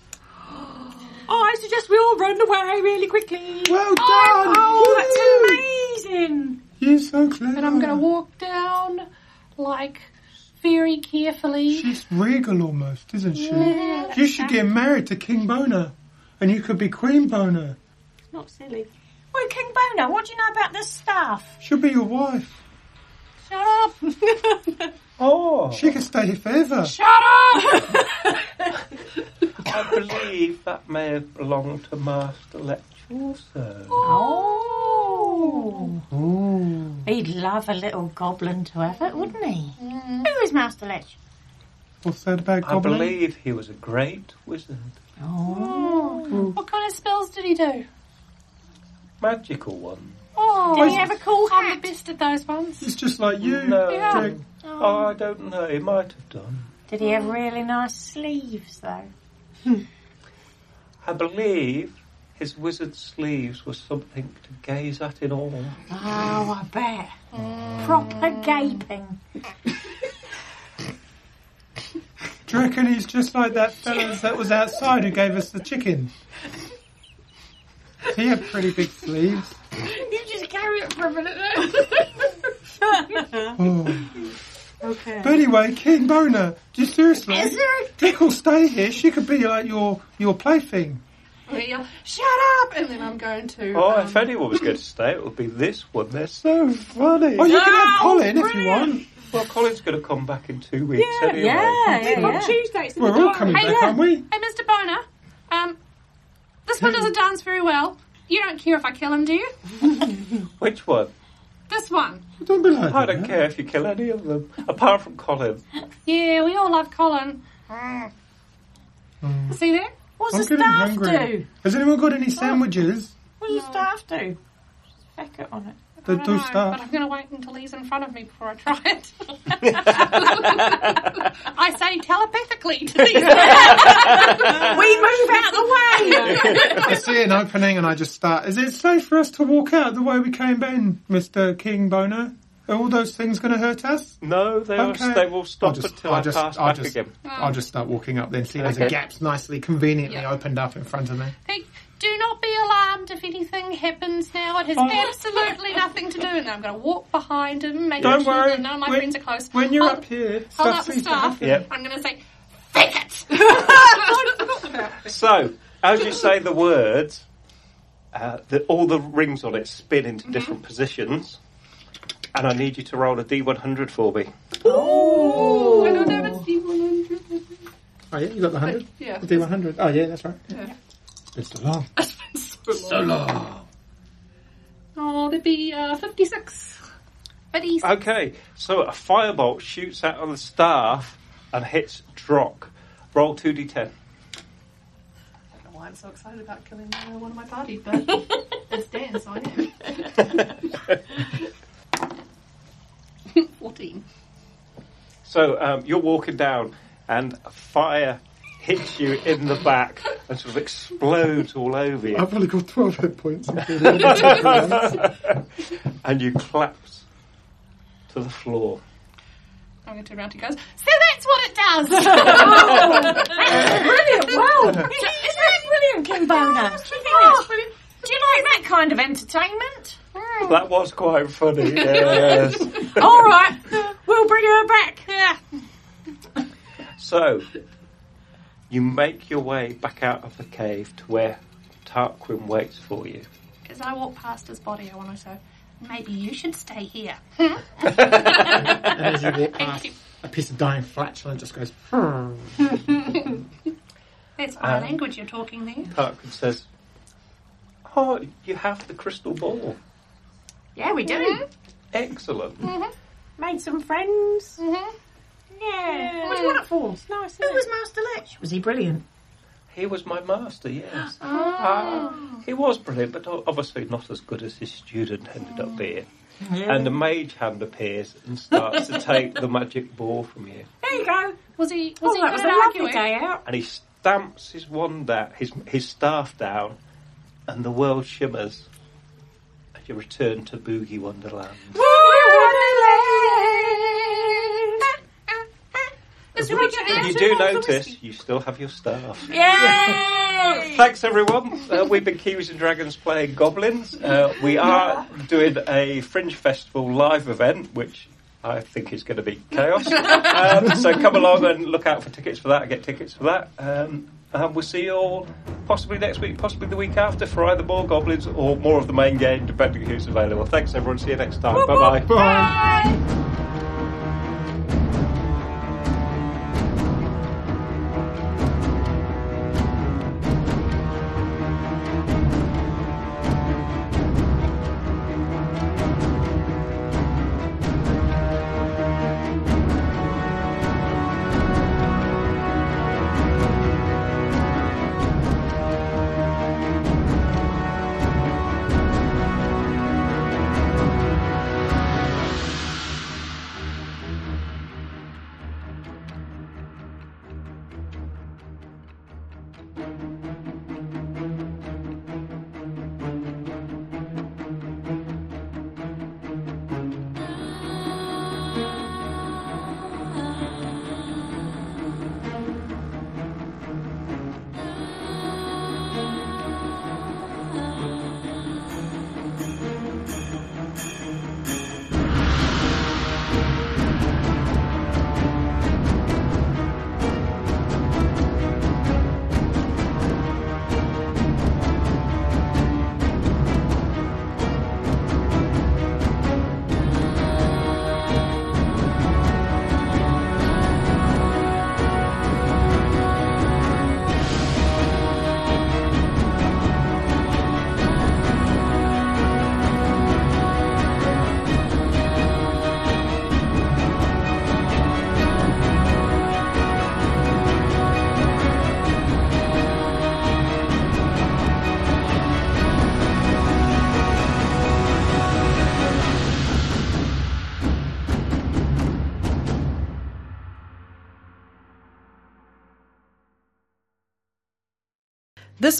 Speaker 2: Oh, I suggest we all run away really quickly.
Speaker 3: Well done!
Speaker 6: oh,
Speaker 5: Oh, that's amazing.
Speaker 3: Woo! You're so clever.
Speaker 4: And I'm
Speaker 2: Hmm.
Speaker 4: going to walk down like very carefully.
Speaker 3: She's regal almost, isn't she? You should get married to King Bona, and you could be Queen Bona.
Speaker 2: Not silly.
Speaker 5: Well, King Bona, what do you know about this stuff?
Speaker 3: She'll be your wife.
Speaker 4: Shut up!
Speaker 1: Oh!
Speaker 3: She can stay here forever.
Speaker 1: I believe that may have belonged to Master Lecture also.
Speaker 5: Oh.
Speaker 3: Ooh.
Speaker 5: He'd love a little goblin to have it, wouldn't he? Who is Master Lich?
Speaker 3: What's that about
Speaker 1: I
Speaker 3: goblin?
Speaker 1: believe he was a great wizard.
Speaker 5: Oh.
Speaker 4: What kind of spells did he do?
Speaker 1: magical one.
Speaker 4: Oh,
Speaker 5: Did he have a cool
Speaker 4: I'm the
Speaker 5: hat?
Speaker 4: best at those ones.
Speaker 3: It's just like you.
Speaker 1: No,
Speaker 4: Yeah.
Speaker 1: Jake. Oh, I don't know. He might have done.
Speaker 5: Did he have really nice sleeves though?
Speaker 1: I believe his wizard sleeves were something to gaze at in awe.
Speaker 5: Oh, I bet. Proper gaping.
Speaker 3: Do you reckon he's just like that fellow that was outside who gave us the chicken? He had pretty big sleeves.
Speaker 5: You just carry it for a minute.
Speaker 3: Oh.
Speaker 2: Okay.
Speaker 3: But anyway, King Bona, just seriously,
Speaker 5: Is there?
Speaker 3: Dick will stay here. She could be like your your plaything.
Speaker 4: Where you're, Shut up! And then I'm going to.
Speaker 1: Oh,
Speaker 4: um,
Speaker 1: if anyone was going to stay, it would be this one. They're
Speaker 3: So funny. Well, Oh, you can have Colin if you want.
Speaker 1: Well, Colin's going to come back in two weeks anyway.
Speaker 5: yeah,
Speaker 2: On Tuesday, it's in
Speaker 3: We're
Speaker 2: the
Speaker 3: all
Speaker 2: diary.
Speaker 3: coming
Speaker 4: Hey,
Speaker 3: back,
Speaker 4: yeah.
Speaker 3: aren't we?
Speaker 4: Hey, Mr. Boner, um, this
Speaker 2: Hmm.
Speaker 4: one doesn't dance very well. You don't care if I kill him, do you?
Speaker 1: Which one?
Speaker 4: This one.
Speaker 3: Don't be like
Speaker 1: I
Speaker 3: that.
Speaker 1: don't care if you kill any of them, apart from Colin.
Speaker 4: Yeah, we all love Colin.
Speaker 2: Hmm.
Speaker 4: See that?
Speaker 5: What's
Speaker 3: I'm
Speaker 5: the
Speaker 3: getting
Speaker 5: staff
Speaker 3: hungry.
Speaker 5: do?
Speaker 3: Has anyone got any sandwiches?
Speaker 5: What does the staff do? Feck it on it.
Speaker 4: I
Speaker 3: The
Speaker 4: don't
Speaker 3: do
Speaker 4: know, But
Speaker 3: stuff.
Speaker 4: I'm going to wait until he's in front of me before I try it. I say telepathically to these.
Speaker 2: We move out the way.
Speaker 3: I see an opening and I just start. Is it safe for us to walk out the way we came in, Mr. King Boner? Are all those things going to hurt us?
Speaker 1: No, they,
Speaker 3: Okay.
Speaker 1: are, they will stop
Speaker 3: I'll just-
Speaker 1: until
Speaker 3: I'll
Speaker 1: I
Speaker 3: just-
Speaker 1: pass
Speaker 3: I'll
Speaker 1: back
Speaker 3: just-
Speaker 1: again.
Speaker 3: I'll just start walking up then. See, there's a
Speaker 1: Okay.
Speaker 3: gap's nicely, conveniently
Speaker 4: Yeah.
Speaker 3: opened up in front of me.
Speaker 4: Hey, Do not be alarmed if anything happens now. It has
Speaker 3: Oh.
Speaker 4: absolutely nothing to do. And I'm going to walk behind him, make
Speaker 3: Don't
Speaker 4: sure
Speaker 3: worry.
Speaker 4: that none of my
Speaker 3: When-
Speaker 4: friends are close.
Speaker 3: When you're
Speaker 4: Hold-
Speaker 3: up here,
Speaker 4: hold
Speaker 3: stuff
Speaker 4: up the
Speaker 3: seems to
Speaker 4: staff.
Speaker 3: happen.
Speaker 1: Yep.
Speaker 4: I'm going to say, fake it!
Speaker 1: So, as you say the words, uh, the, all the rings on it spin into different positions, and I need you to roll a d100 for me.
Speaker 4: I don't have a D100.
Speaker 3: Oh yeah, you got the hundred.
Speaker 4: Yeah.
Speaker 3: The D100. Oh yeah, that's right. It's so long. So long.
Speaker 4: Oh, that'd be uh, 56. But he's
Speaker 1: Okay, so a firebolt shoots out of the staff and hits Drock. Roll 2d10.
Speaker 4: don't know why Oh, I'm so excited about killing uh, one of my party, but it's Dan, so I am. 14.
Speaker 1: So um, you're walking down, and fire hits you in the back and sort of explodes all over you,
Speaker 3: I've only got twelve hit points. That's
Speaker 1: and you collapse to the floor.
Speaker 4: I'm going to turn around to you guys. So that's what it does! That's
Speaker 5: Oh, Brilliant! Wow, isn't that brilliant, Kimbona? Oh, do you like that kind of entertainment?
Speaker 1: That was quite funny. Yes.
Speaker 5: All right, we'll bring her back.
Speaker 4: Yeah.
Speaker 1: so you make your way back out of the cave to where Tarquin waits for you.
Speaker 4: As I walk past his body, I want to say, maybe you should stay here.
Speaker 3: As you walk past, a piece of dying flatulence just goes. "Hmm."
Speaker 4: That's my
Speaker 1: Um,
Speaker 4: language you're talking there.
Speaker 1: Tarquin says, "Oh, you have the crystal ball.
Speaker 5: Yeah, we do.
Speaker 1: Excellent."
Speaker 2: Made some friends.
Speaker 5: Mm-hmm. Yeah.
Speaker 2: Which
Speaker 5: Which
Speaker 2: one
Speaker 5: one
Speaker 2: it It's nice. Isn't
Speaker 5: Who was Master Lich? Was he brilliant?
Speaker 1: He was my master, yes. Ah, he was brilliant, but o- obviously not as good as his student ended up being. And the mage hand appears and starts to take the magic ball from you.
Speaker 2: There you go.
Speaker 4: Was he, was
Speaker 5: Oh,
Speaker 4: he
Speaker 5: that was
Speaker 4: good
Speaker 5: a
Speaker 4: at
Speaker 5: lovely
Speaker 4: arguing?
Speaker 5: day out.
Speaker 1: And he stamps his wand out, his, his staff down, and the world shimmers. And you return to Boogie Wonderland.
Speaker 4: Is there a-
Speaker 1: You do notice you still have your staff.
Speaker 5: Yay!
Speaker 1: Thanks, everyone. Uh, we've been Kiwis and Dragons playing Goblins. Uh, we are doing a Fringe Festival live event, which I think is going to be chaos. Um, so come along and look out for tickets for that. Get tickets for that. Um, and we'll see you all possibly next week, possibly the week after, for either more Goblins or more of the main game, depending who's available. Thanks, everyone. See you next time. Bye bye.
Speaker 3: Bye.
Speaker 7: This